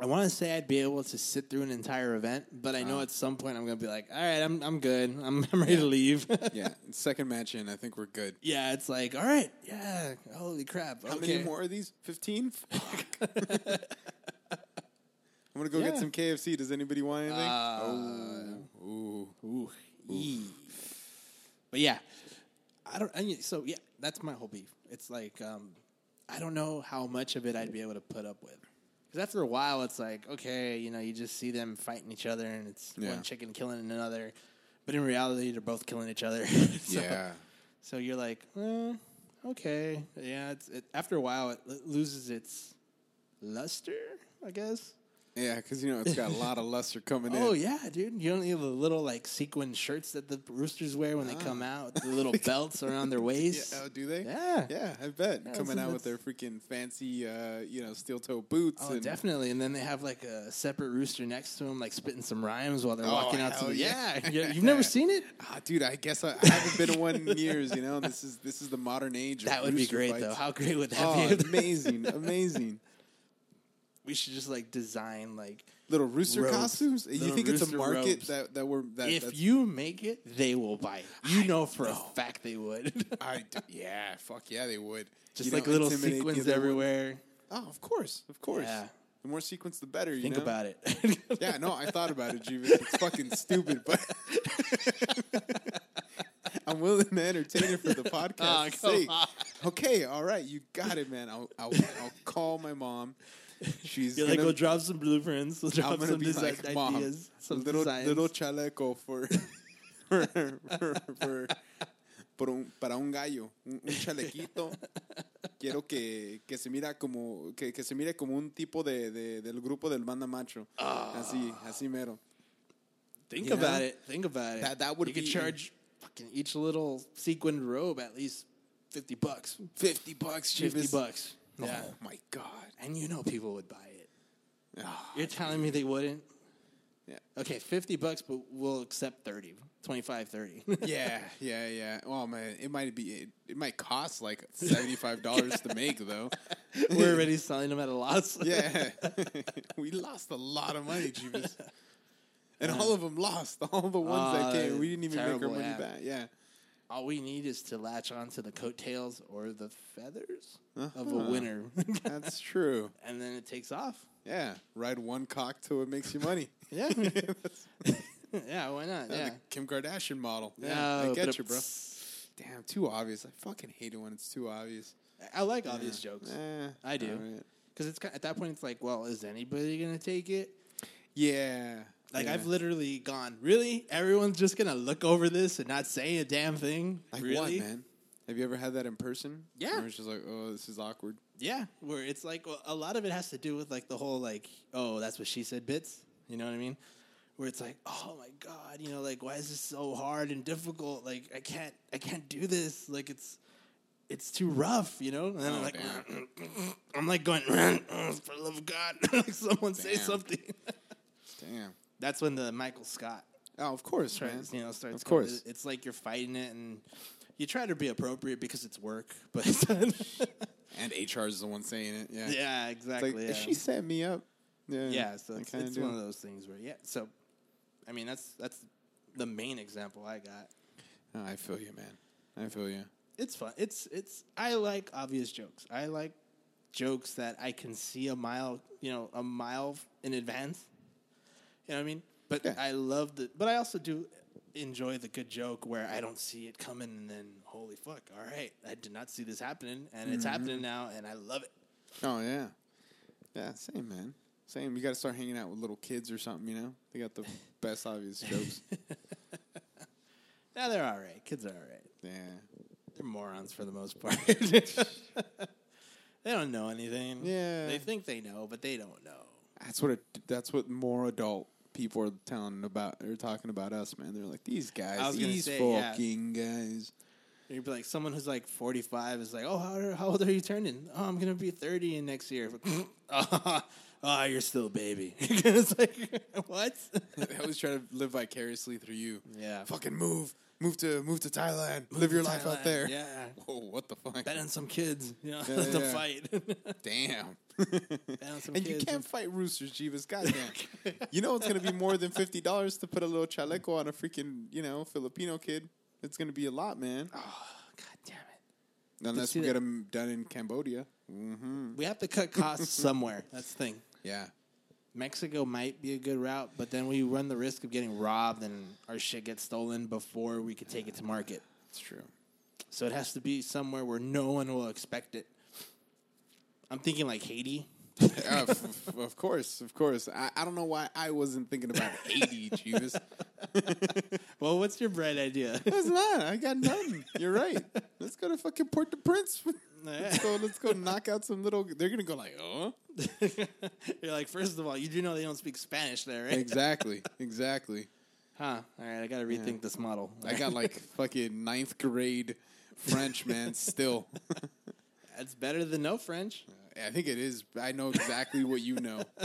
S1: I want to say I'd be able to sit through an entire event, but I know at some point I'm going to be like, "All right, I'm I'm good. I'm I'm ready to leave."
S2: Ah.
S1: [LAUGHS]
S2: Yeah, second match in. I think we're good.
S1: yeah, it's like, "All right, yeah, holy crap."
S2: How
S1: okay.
S2: many more are these?
S1: [LAUGHS]
S2: Fifteen. Fuck. I'm gonna go
S1: Yeah.
S2: get
S1: Uh,
S2: some KFC. Does anybody want anything? oh, ooh.
S1: Ooh. yee. But yeah, I don't. I, mean, so yeah, that's my whole beef. It's like um, I don't know how much of it I'd be able to put up with. Because after a while, it's like okay, you know, you just see them fighting each other, and it's
S2: Yeah.
S1: one chicken killing another. But in reality, they're both killing each other. [LAUGHS] so,
S2: yeah.
S1: So you're like, eh, okay, yeah. It's, it, after a while, it l- loses its luster, I guess.
S2: [LAUGHS] Yeah, because you know it's got a lot of luster coming
S1: [LAUGHS]
S2: in.
S1: Oh yeah, dude! You don't need the little like sequin shirts that the roosters wear when they come out. The
S2: [LAUGHS]
S1: little belts around their waist.
S2: Ah. Yeah, oh, do they?
S1: Yeah.
S2: yeah, I bet
S1: [LAUGHS] Yeah,
S2: coming
S1: so
S2: out with their
S1: that's-
S2: freaking fancy, uh, you know, steel toe boots.
S1: Oh,
S2: and
S1: definitely. And then they have like a separate rooster next to him, like spitting some rhymes while they're
S2: Oh,
S1: walking out to
S2: hell
S1: the.
S2: yeah.
S1: Yeah,
S2: [LAUGHS]
S1: You- you've never seen it?
S2: Ah, dude, I guess I, I haven't been to one in years. You know, this is this is the modern age. of
S1: That would be
S2: rooster
S1: great,
S2: fights.
S1: though. How great would that
S2: Oh,
S1: be? [LAUGHS]
S2: amazing, amazing.
S1: we should just like design like
S2: Little rooster
S1: Robes.
S2: costumes. you
S1: Little
S2: think it's a
S1: rooster
S2: market
S1: robes.
S2: that that were that?
S1: if
S2: that's,
S1: you make it, they will buy it. You know for
S2: know.
S1: a fact they would. [LAUGHS]
S2: I d- yeah, fuck yeah, they would.
S1: just
S2: You know,
S1: like little
S2: intimidate the
S1: sequins
S2: other one.
S1: everywhere.
S2: Oh, of course, of course.
S1: Yeah.
S2: The more sequins, the better. You
S1: Think
S2: know?
S1: about it.
S2: Yeah, no, I thought about it, Jeeves. It's fucking stupid, but
S1: [LAUGHS]
S2: [LAUGHS] I'm willing to entertain it for the
S1: Aw,
S2: podcast.
S1: Ah, come
S2: sake.
S1: on.
S2: Okay, all right, you got it, man. I'll I'll, I'll call my mom. She's
S1: You're like,
S2: gonna,
S1: go drop some blueprints. We'll
S2: I'm
S1: drop
S2: gonna
S1: some
S2: be
S1: design
S2: like, mom,
S1: ideas. Some
S2: little
S1: designs.
S2: little chaleco for [LAUGHS] for for, for por un, para un gallo, un, un chalequito. Quiero que, que se mira como que, que se mire como un tipo de, de del grupo del banda macho.
S1: Ah.
S2: Así, así mero.
S1: Think
S2: you know?
S1: about it. Think about it.
S2: That- that would
S1: you
S2: be-
S1: could charge fucking each little sequined robe at least fifty bucks.
S2: 50 bucks,
S1: Fifty
S2: Jeebus.
S1: bucks. Yeah,
S2: Oh my god.
S1: and you know people would buy it.
S2: Ah,
S1: You're telling me they wouldn't?
S2: Yeah.
S1: Okay, 50 bucks, but we'll accept 30. 25, [LAUGHS] 30.
S2: yeah, yeah, yeah. Oh man, it might be it, it might cost like $75 to make though.
S1: [LAUGHS] We're already selling them at a loss.
S2: Yeah. [LAUGHS] we lost a lot of money, Jeebus. And all of them lost. All the ones that
S1: Ah,
S2: came, we didn't even make our
S1: terrible,
S2: money
S1: yeah.
S2: back. Yeah.
S1: All we need is to latch on to the coattails or the feathers of
S2: Uh-huh.
S1: a winner.
S2: [LAUGHS] That's true.
S1: and then it takes off. [LAUGHS]
S2: Yeah. Ride one cock till it makes you money.
S1: Yeah.
S2: [LAUGHS] That's
S1: yeah, why not?
S2: the
S1: Yeah.
S2: Kim Kardashian model. Yeah.
S1: No,
S2: I
S1: but
S2: get
S1: a-
S2: you, bro. Damn, too obvious. I fucking hate it when it's too obvious.
S1: I like obvious jokes.
S2: Eh,
S1: I do.
S2: all right.
S1: Because it's ki- at that point, it's like, well, is anybody going to take it?
S2: Yeah.
S1: Like,
S2: yeah.
S1: I've literally gone, really? Everyone's just going to look over this and not say a damn thing?
S2: like
S1: really?
S2: what, man? Have you ever had that in person?
S1: Yeah.
S2: Where it's just like, oh, this is awkward.
S1: Yeah, where it's like well, a lot of it has to do with like the whole like oh that's what she said bits. You know what I mean? Where it's like oh my god, you know like why is this so hard and difficult? Like I can't I can't do this. Like it's it's too rough, you know. And then
S2: Oh,
S1: I'm like
S2: damn.
S1: [CLEARS THROAT] I'm like going "Oh, for the love of God, [LAUGHS] like someone say
S2: Damn.
S1: something. [LAUGHS]
S2: Damn.
S1: that's when the Michael Scott
S2: Oh, of course, man.
S1: starts, you know starts.
S2: Of
S1: going-
S2: course.
S1: it's like you're fighting it and you try to be appropriate because it's work, but [LAUGHS]
S2: And HR is the one saying it. Yeah.
S1: yeah,
S2: It's
S1: exactly.
S2: like,
S1: yeah.
S2: she set me up. Yeah.
S1: yeah so
S2: I
S1: it's,
S2: kinda
S1: it's
S2: do.
S1: one of those things where yeah so i mean that's that's the main example i got
S2: Oh, I feel you, man. I feel you.
S1: it's fun it's it's i like obvious jokes i like jokes that i can see a mile you know a mile in advance you know what i mean but
S2: Yeah.
S1: i love the but i also do enjoy the good joke where i don't see it coming and then holy fuck all right i did not see this happening and
S2: Mm-hmm.
S1: it's happening now and i love it
S2: Oh yeah. Yeah. Same, man. Same. You got to start hanging out with little kids or something. You know, they got the
S1: [LAUGHS]
S2: best obvious jokes.
S1: now they're all right kids are all right
S2: Yeah.
S1: They're morons for the most part. [LAUGHS] they don't know anything.
S2: Yeah.
S1: They think they know, but they don't know.
S2: That's what. It, that's what more adult people are telling about. They're talking about us, man. They're like these guys.
S1: I was gonna
S2: these
S1: say, yeah.
S2: fucking guys.
S1: You'd be like, someone who's like 45 is like, oh, how, are- how old are you turning? Oh, I'm going to be 30 in next year. [LAUGHS] oh, you're still a baby. [LAUGHS] it's like, [LAUGHS]
S2: [LAUGHS]
S1: what?
S2: I always try to live vicariously through you.
S1: Yeah.
S2: Fucking move, move to move to Thailand. live your life out
S1: Thailand,
S2: there. [LAUGHS]
S1: Yeah.
S2: Whoa, what the fuck?
S1: Bet on some kids, you know, [LAUGHS]
S2: Yeah,
S1: to
S2: yeah. [LAUGHS]
S1: fight. [LAUGHS]
S2: Damn.
S1: on some
S2: and you
S1: kids.
S2: can't fight roosters, Jeeves.
S1: [LAUGHS] Oh,
S2: Goddamn. you know it's gonna be more than fifty dollars to put a little chaleco on a freaking you know Filipino kid. It's gonna be a lot, man.
S1: oh, God damn it.
S2: Unless
S1: see
S2: we get
S1: that-
S2: them done in Cambodia. Mm-hmm.
S1: We have to cut
S2: [LAUGHS]
S1: costs somewhere. That's the thing.
S2: Yeah.
S1: Mexico might be a good route, but then we run the risk of getting robbed and our shit gets stolen before we could take it to market.
S2: It's [LAUGHS] true.
S1: So it has to be somewhere where no one will expect it. I'm thinking like
S2: [LAUGHS]
S1: Haiti.
S2: Uh, f- f- of course, of course. I, I don't know why I wasn't
S1: [LAUGHS]
S2: thinking about Haiti, Jeeves.
S1: Well, what's your bright idea? [LAUGHS]
S2: [LAUGHS] That's not. I got none. You're right. Let's go to fucking Port au Prince. [LAUGHS] Let's go. Let's [LAUGHS] go knock out some little. They're gonna go like, oh,
S1: You're like, first of all, you do know they don't speak Spanish there, right?
S2: exactly, exactly.
S1: Huh. All right, I got to rethink this model.
S2: [LAUGHS] I got like fucking ninth grade French, man. Still,
S1: That's better than no French.
S2: I think it is. I know exactly what you know. [LAUGHS]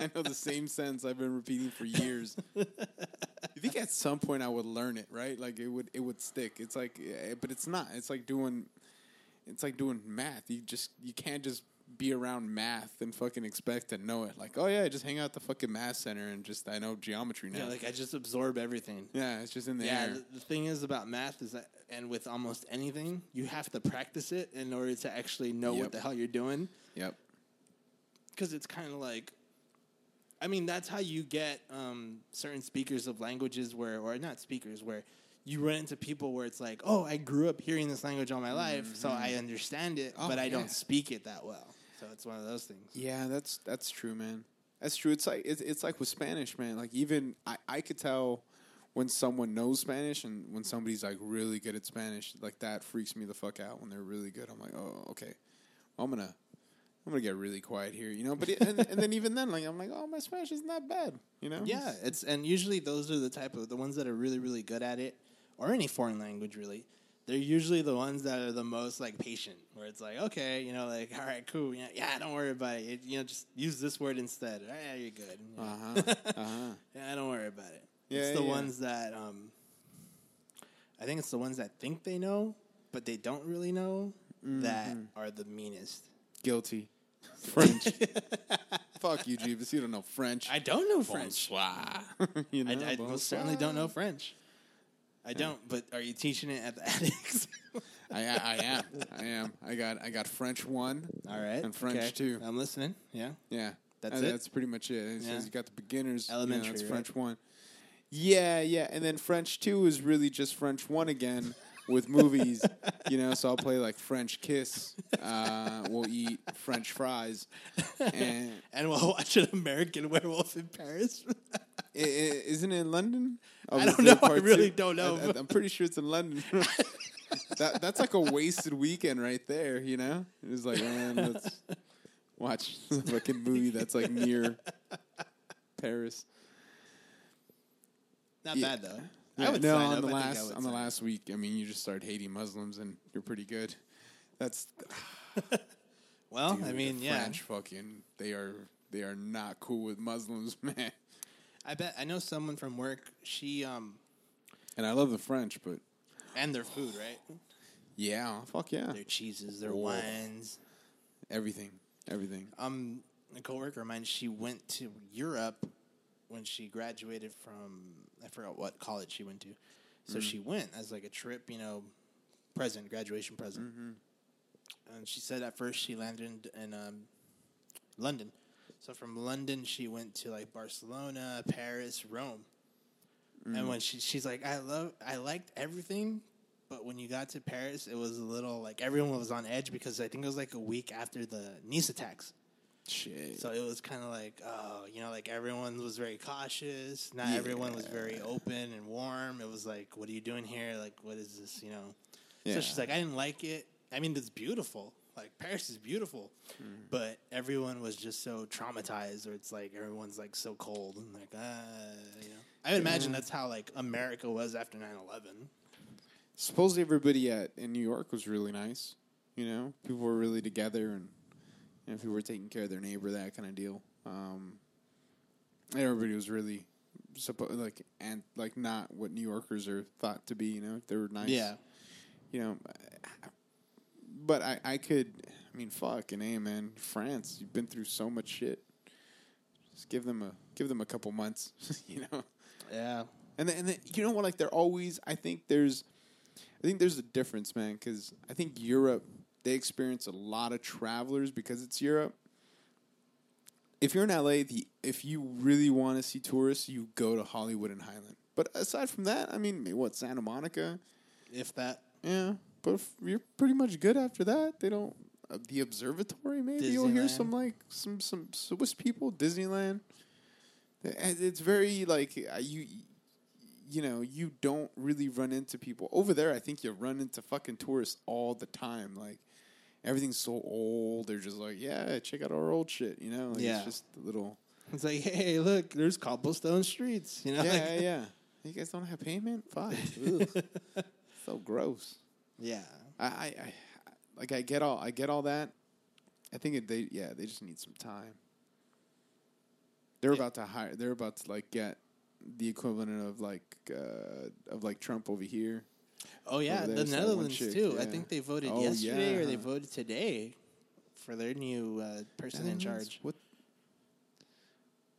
S2: I know the same sentence I've been repeating for years. You think at some point I would learn it, right? Like it would, it would stick. It's like, eh, but it's not. It's like doing, it's like doing math. You just, you can't just be around math and fucking expect to know it. Like, oh yeah, just hang out at the fucking math center and just I know geometry now.
S1: Yeah,
S2: Yeah,
S1: like I just absorb everything.
S2: it's just in the
S1: Yeah,
S2: air.
S1: the, the thing is about math is that, and with almost anything, you have to practice it in order to actually know
S2: Yep.
S1: what the hell you're doing.
S2: Yep.
S1: Because it's kind of like, I mean, that's how you get um, certain speakers of languages where, or not speakers, where you run into people where it's like, oh, I grew up hearing this language all my life, so I understand it,
S2: Oh,
S1: but I
S2: yeah.
S1: don't speak it that well. So it's one of those things.
S2: Yeah, that's that's true, man. That's true. It's like it's, it's like with Spanish, man. Like even I, I could tell when someone knows Spanish and when somebody's like really good at Spanish, like that freaks me the fuck out when they're really good. I'm like, oh, okay, I'm gonna I'm gonna get really quiet here, you know. But it, and, and then even then, like I'm like, oh, my Spanish is not bad, you know.
S1: Yeah, it's and usually those are the type of the ones that are really really good at it, or any foreign language really. They're usually the ones that are the most like patient, where it's like, okay, you know, like all right, cool, yeah, yeah don't worry about it. You know, just use this word instead. Ah, Yeah, you're good. Yeah.
S2: Uh huh. Uh huh.
S1: [LAUGHS] Yeah, don't worry about it.
S2: Yeah,
S1: it's the
S2: yeah.
S1: ones that um, I think it's the ones that think they know, but they don't really know that
S2: Mm-hmm.
S1: are the meanest. [LAUGHS]
S2: Guilty. French. fuck you, Jeebus. You don't know French.
S1: I don't know French.
S2: Bonsoir. [LAUGHS] you know,
S1: I, I
S2: bonsoir.
S1: most certainly don't know French. I don't, but are you teaching it at the [LAUGHS] attics?
S2: I, I am. I am. I got I got French one.
S1: All right.
S2: And French
S1: okay.
S2: too.
S1: I'm listening. Yeah. [LAUGHS]
S2: Yeah.
S1: That's
S2: Uh,
S1: it?
S2: That's pretty much it. It
S1: Yeah.
S2: says you got the beginners. you know,
S1: Elementary,
S2: that's
S1: right?
S2: French one. Yeah, yeah. And then French two is really just French one again
S1: [LAUGHS]
S2: with movies. you know, so I'll play like French Kiss. Uh, we'll eat French fries. And
S1: And we'll watch an American Werewolf in Paris. [LAUGHS]
S2: i- i- isn't it in London? Oh,
S1: I
S2: is
S1: don't
S2: it
S1: know. I
S2: part
S1: really don't know.
S2: I, am pretty sure it's in London. [LAUGHS] that, that's like a wasted weekend right there, you know? It was like, man,
S1: [LAUGHS]
S2: let's watch a fucking movie that's like near Paris.
S1: Not
S2: Yeah.
S1: bad though.
S2: Yeah, no,
S1: sign
S2: on
S1: up.
S2: the
S1: I think I
S2: last
S1: would
S2: on the
S1: sign up.
S2: last week, I mean, you just start hating Muslims and you're pretty good. That's
S1: Well,
S2: dude,
S1: I
S2: the
S1: mean, yeah.
S2: French fucking they are they are not cool with Muslims, [LAUGHS] man.
S1: I bet I know someone from work. She um
S2: And I love the French, but
S1: and their food, right?
S2: yeah, fuck yeah,
S1: Their cheeses, their
S2: Oh.
S1: wines.
S2: everything, everything.
S1: Um, a coworker of mine, she went to Europe when she graduated from I forgot what college she went to. So she went as like a trip, you know, present, graduation present. And she said at first she landed in um, London. So from London she went to like Barcelona, Paris, Rome. And when she she's like, I love I liked everything, but when you got to Paris, it was a little like everyone was on edge because I think it was like a week after the Nice attacks.
S2: Shit.
S1: So it was kind of like, oh, you know, like everyone was very cautious. Not everyone was very open and warm. It was like, what are you doing here? Like, what is this? You know.
S2: Yeah.
S1: So she's like, I didn't like it. I mean, it's beautiful. Like Paris is beautiful,
S2: Mm.
S1: but everyone was just so traumatized, or it's like everyone's like so cold and like, ah, you know. I would imagine that's how like America was after 9-11.
S2: Suppose everybody at in New York was really nice. You know, people were really together, and you know, people were taking care of their neighbor, that kind of deal. Um, and everybody was really suppo- like and like not what New Yorkers are thought to be. You know, they were nice.
S1: Yeah.
S2: You know, but I I could. I mean, fucking a man, France. You've been through so much shit. Just give them a give them a couple months. [LAUGHS] you know.
S1: Yeah.
S2: And then, and then you know what? Like they're always. I think there's, I think there's a difference, man. Because I think Europe they experience a lot of travelers because it's Europe. If you're in LA, the if you really want to see tourists, you go to Hollywood and Highland. But aside from that, I mean, what Santa Monica?
S1: If that
S2: Yeah, but if you're pretty much good after that. They don't. Uh, the observatory, maybe you'll hear
S1: Disneyland.
S2: some like some some Swiss people. Disneyland. And It's very like uh, you. you know, you don't really run into people over there. I think you run into fucking tourists all the time. Like everything's so old. They're just like, yeah, check out our old shit. You know, like,
S1: Yeah.
S2: it's just a little.
S1: It's like, hey, look, there's cobblestone streets. You know,
S2: Yeah,
S1: [LAUGHS] like-
S2: yeah. You guys don't have payment?
S1: [LAUGHS]
S2: Fuck. Ugh. so gross.
S1: yeah.
S2: I, I, I, like I get all I get all that. I think it, they yeah they just need some time. They're
S1: Yeah.
S2: about to hire. They're about to like get the equivalent of like uh, of like Trump over here.
S1: Oh yeah,
S2: Over there,
S1: the
S2: it's that one
S1: Netherlands
S2: chick,
S1: too. I
S2: yeah.
S1: think they voted
S2: Oh,
S1: yesterday or they
S2: yeah.
S1: voted today for their new uh, person in
S2: Netherlands?
S1: charge.
S2: What?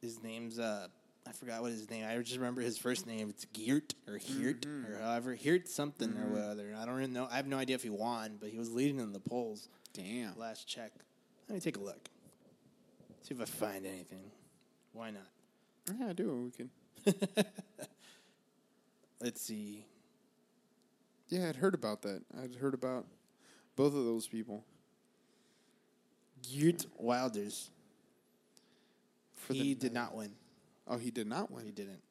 S1: His name's uh, I forgot what his name. I just remember his first name. It's Geert or Heert
S2: Mm-hmm.
S1: or however Heert something or whatever. I don't even know. I have no idea if he won, but he was leading in the polls
S2: Damn.
S1: last check. Let me take a look. See if I find anything. Why not?
S2: Yeah, I do. We can.
S1: Let's see.
S2: Yeah, I'd heard about that. I'd heard about both of those people
S1: Geert Wilders.
S2: For the
S1: he did
S2: Nether-
S1: not win.
S2: Oh, he did not win.
S1: He didn't.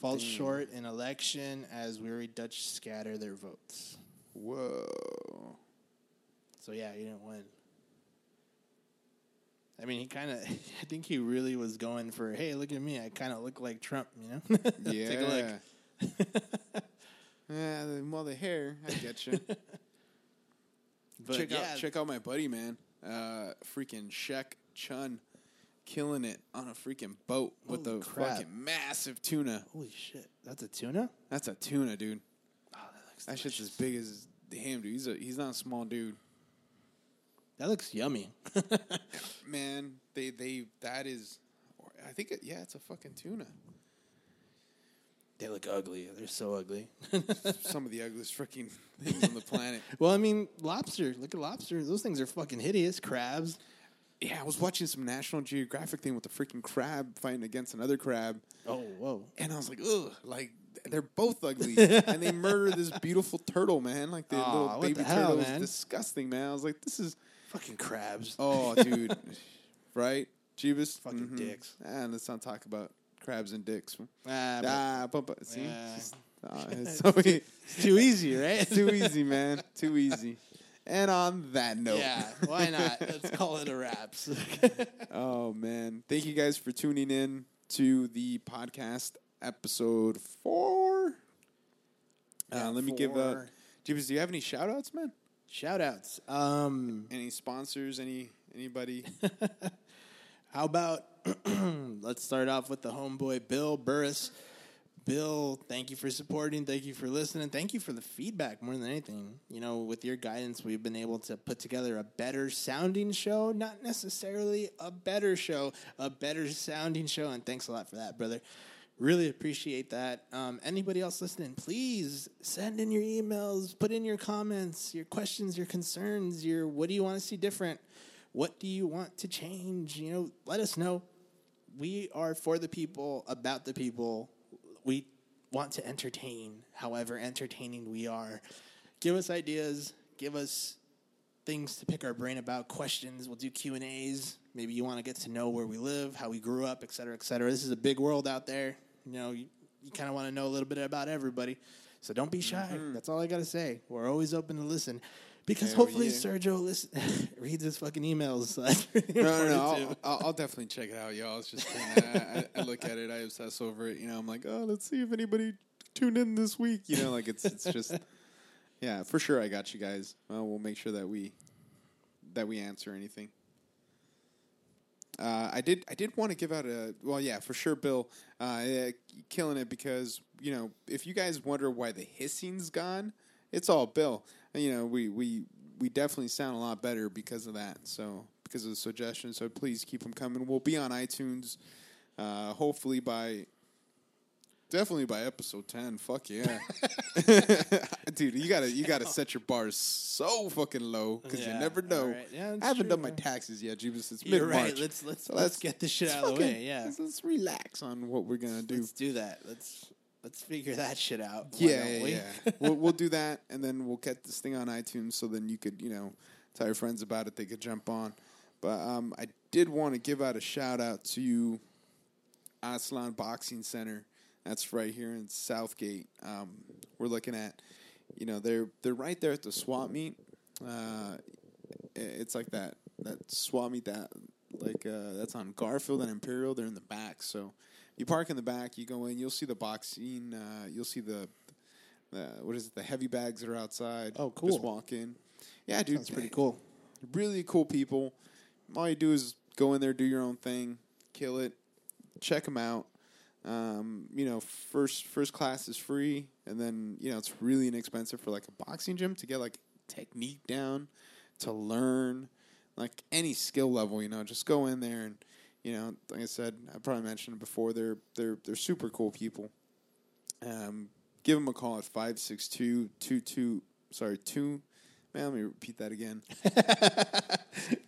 S1: Falls
S2: Damn.
S1: short in election as weary Dutch scatter their votes.
S2: Whoa.
S1: So yeah, he didn't win. I mean, he kind of. [LAUGHS] I think he really was going for, "Hey, look at me! I kind of look like Trump," you know. [LAUGHS] [LAUGHS]
S2: Yeah.
S1: Take a look.
S2: [LAUGHS] Yeah, the- well, the hair. I get
S1: [LAUGHS]
S2: you.
S1: but
S2: check
S1: yeah,
S2: out check out my buddy man, uh, freaking Shek Chun, killing it on a freaking boat with
S1: Holy
S2: a
S1: crap.
S2: fucking massive tuna.
S1: holy shit, that's a tuna.
S2: That's a tuna, dude.
S1: Oh, that looks
S2: That shit's
S1: delicious.
S2: as big as him, dude. He's a he's not a small dude,
S1: That looks yummy. [LAUGHS]
S2: man. They they that is, I think it, yeah, it's a fucking tuna.
S1: they look ugly. They're so [LAUGHS] ugly.
S2: Some of the [LAUGHS] ugliest freaking things on the
S1: [LAUGHS]
S2: planet.
S1: well, I mean, lobster. Look at lobster. Those things are fucking hideous. Crabs.
S2: Yeah, I was watching some National Geographic thing with a freaking crab fighting against another crab.
S1: Oh, whoa.
S2: And I was like, ugh, like they're both ugly. [LAUGHS] and they murder this beautiful turtle, man. Like the
S1: Aw,
S2: little
S1: what
S2: baby
S1: the hell,
S2: turtle
S1: man?
S2: is disgusting, man. I was like, this is
S1: Fucking crabs.
S2: [LAUGHS]
S1: [LAUGHS]
S2: oh, dude, right? Jeebus,
S1: Fucking dicks.
S2: And let's not talk about crabs and dicks.
S1: Ah, but-
S2: Ah, but, but see,
S1: Yeah.
S2: [LAUGHS] Just- ah, [LAUGHS] it's, so e-
S1: It's too easy, right?
S2: it's too easy, man. Too [LAUGHS] easy. And on that note,
S1: Yeah, why
S2: [LAUGHS]
S1: not? Let's call it a wraps.
S2: Oh man. Thank you guys for tuning in to the podcast episode four.
S1: Yeah,
S2: uh, let me give uh
S1: four.
S2: Jeebus, do you have any shout outs, man?
S1: [LAUGHS] Shout outs. Um,
S2: Any sponsors, any anybody?
S1: how about [CLEARS THROAT] let's start off with the homeboy Bill Burris. Bill, thank you for supporting. Thank you for listening. Thank you for the feedback more than anything. You know, with your guidance, we've been able to put together a better sounding show. Not necessarily a better show, a better sounding show. And thanks a lot for that, brother. Really appreciate that. Um, anybody else listening, please send in your emails, put in your comments, your questions, your concerns, your what do you want to see different? What do you want to change? You know, let us know we are for the people, about the people. We want to entertain, however entertaining we are. Give us ideas, give us things to pick our brain about, questions. We'll do Q&As. Maybe you want to get to know where we live, how we grew up, et cetera, et cetera. This is a big world out there. You know, you, you kind of want to know a little bit about everybody. So don't be shy.
S2: Mm-hmm.
S1: That's all I got to say. We're always open to listen. Because
S2: Hell
S1: hopefully
S2: yeah.
S1: Sergio listen, [LAUGHS] reads his fucking emails. [LAUGHS] So that's really
S2: [LAUGHS] no, no, [LAUGHS]
S1: important,
S2: no.
S1: too.
S2: I'll, I'll, I'll definitely check it out, y'all. It's just kinda, I, I look at it, I obsess over it. You know, I'm like, oh, let's see if anybody tuned in this week. You know, like it's it's just yeah, for sure. I got you guys. Well, we'll make sure that we that we answer anything. Uh, I did. I did want to give out a well, yeah, for sure, Bill, uh, uh, killing it because you know if you guys wonder why the hissing's gone, it's all Bill. And, you know, we we we definitely sound a lot better because of that. So because of the suggestions, so please keep them coming. We'll be on iTunes, uh, hopefully by. Definitely by episode ten. Fuck yeah, [LAUGHS] dude! You gotta you gotta set your bars so fucking low because
S1: Yeah,
S2: you never know.
S1: alright. Yeah, that's
S2: I haven't
S1: true,
S2: done my
S1: yeah.
S2: taxes yet, Jeebus. It's mid
S1: You're
S2: March.
S1: right. Let's let's
S2: So
S1: let's,
S2: let's-
S1: get this shit out of the way. Yeah,
S2: Let's, let's relax on what we're gonna do.
S1: let's do that. Let's let's figure that shit out. Why
S2: yeah,
S1: don't
S2: yeah,
S1: we? [LAUGHS]
S2: yeah. we'll, we'll do that, and then we'll get this thing on iTunes, so then you could, you know, tell your friends about it. They could jump on. But um, I did want to give out a shout out to Aslan Boxing Center. That's right here in Southgate. Um, we're looking at, you know, they're they're right there at the swap meet. Uh, i- it's like that that swap meet that like uh, that's on Garfield and Imperial. They're in the back, so you park in the back. You go in, you'll see the boxing. Uh, you'll see the, the what is it? The heavy bags that are outside.
S1: Oh, cool.
S2: Just walk in. Yeah, dude,
S1: That's pretty cool.
S2: really cool people. All you do is go in there, do your own thing, kill it, check them out. Um, you know, first first class is free, and then you know it's really inexpensive for like a boxing gym to get like technique down, to learn like any skill level. You know, just go in there and you know, like I said, I probably mentioned it before. They're they're they're super cool people. Um, give them a call at 562 22 sorry two. Man, let me repeat
S1: [LAUGHS]
S2: that again.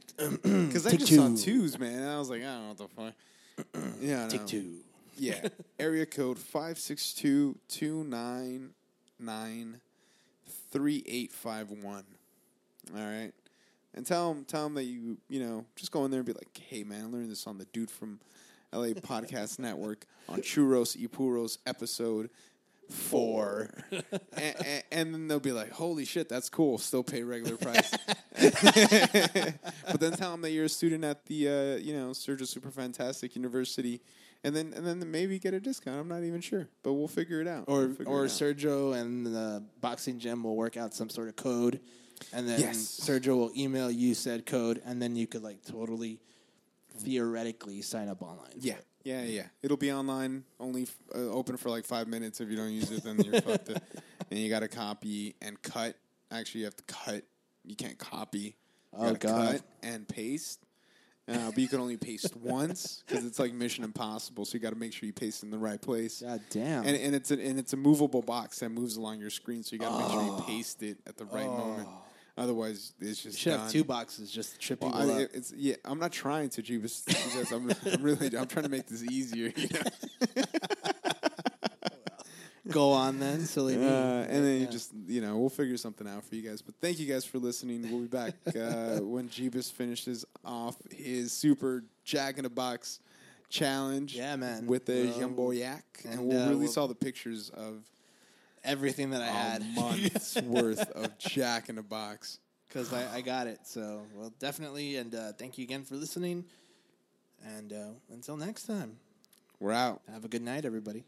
S2: [LAUGHS] Because I
S1: Take
S2: just
S1: two. Uh,
S2: saw twos, man. and I was like, I don't know what the fuck. yeah, I
S1: Take
S2: know.
S1: two.
S2: Yeah, area code 562-299-3851. All right. And tell them, tell 'em that you, you know, just go in there and be like, hey, man, I learned this on the dude from
S1: [LAUGHS]
S2: LA Podcast Network on Churros y Puros episode
S1: [LAUGHS]
S2: four. and, and, and then they'll be like, holy shit, that's cool. Still pay
S1: [LAUGHS]
S2: regular price. [LAUGHS] but then tell them that you're a student at the, uh, you know, Sergio Super Fantastic University. And then, and then maybe get a discount. I'm not even sure, but we'll figure it out.
S1: Or
S2: We'll figure
S1: or
S2: it out.
S1: Sergio and the boxing gym will work out some sort of code, and then
S2: Yes.
S1: Sergio will email you said code, and then you could like totally theoretically sign up online.
S2: Yeah, yeah, yeah. It'll be online, only f- uh, open for like five minutes. If you don't use it, then
S1: [LAUGHS]
S2: you're fucked. And you got to copy and cut. Actually, you have to cut. You can't copy. You
S1: Oh,
S2: gotta
S1: God.
S2: Cut and paste. Uh, but you can only
S1: [LAUGHS]
S2: paste once because it's like Mission Impossible. So you got to make sure you paste in the right place.
S1: God damn.
S2: And, and it's a, and it's a movable box that moves along your screen, so you got to make sure you paste it at the right moment. Otherwise, it's just
S1: Oh. you should
S2: done.
S1: have two boxes just to trip
S2: Well,
S1: people
S2: I,
S1: up.
S2: it's yeah. I'm not trying to Jeebus because I'm, I'm really I'm trying to make this easier. you
S1: [LAUGHS]
S2: know?
S1: Go on then,
S2: [LAUGHS]
S1: silly me.
S2: Uh, and then you
S1: Yeah.
S2: just you know we'll figure something out for you guys. But thank you guys for listening. We'll be back
S1: [LAUGHS]
S2: uh, when Jeebus finishes off his super Jack in a Box challenge.
S1: Yeah, man.
S2: With the
S1: Well,
S2: Jumbo Yak, and,
S1: and,
S2: we'll
S1: uh,
S2: release
S1: we'll-
S2: all the pictures of
S1: everything that I
S2: a
S1: had [LAUGHS]
S2: month's worth of Jack in a Box.
S1: because I, I got it. So, well, definitely. And uh, thank you again for listening. And uh, until next time,
S2: We're out.
S1: have a good night, everybody.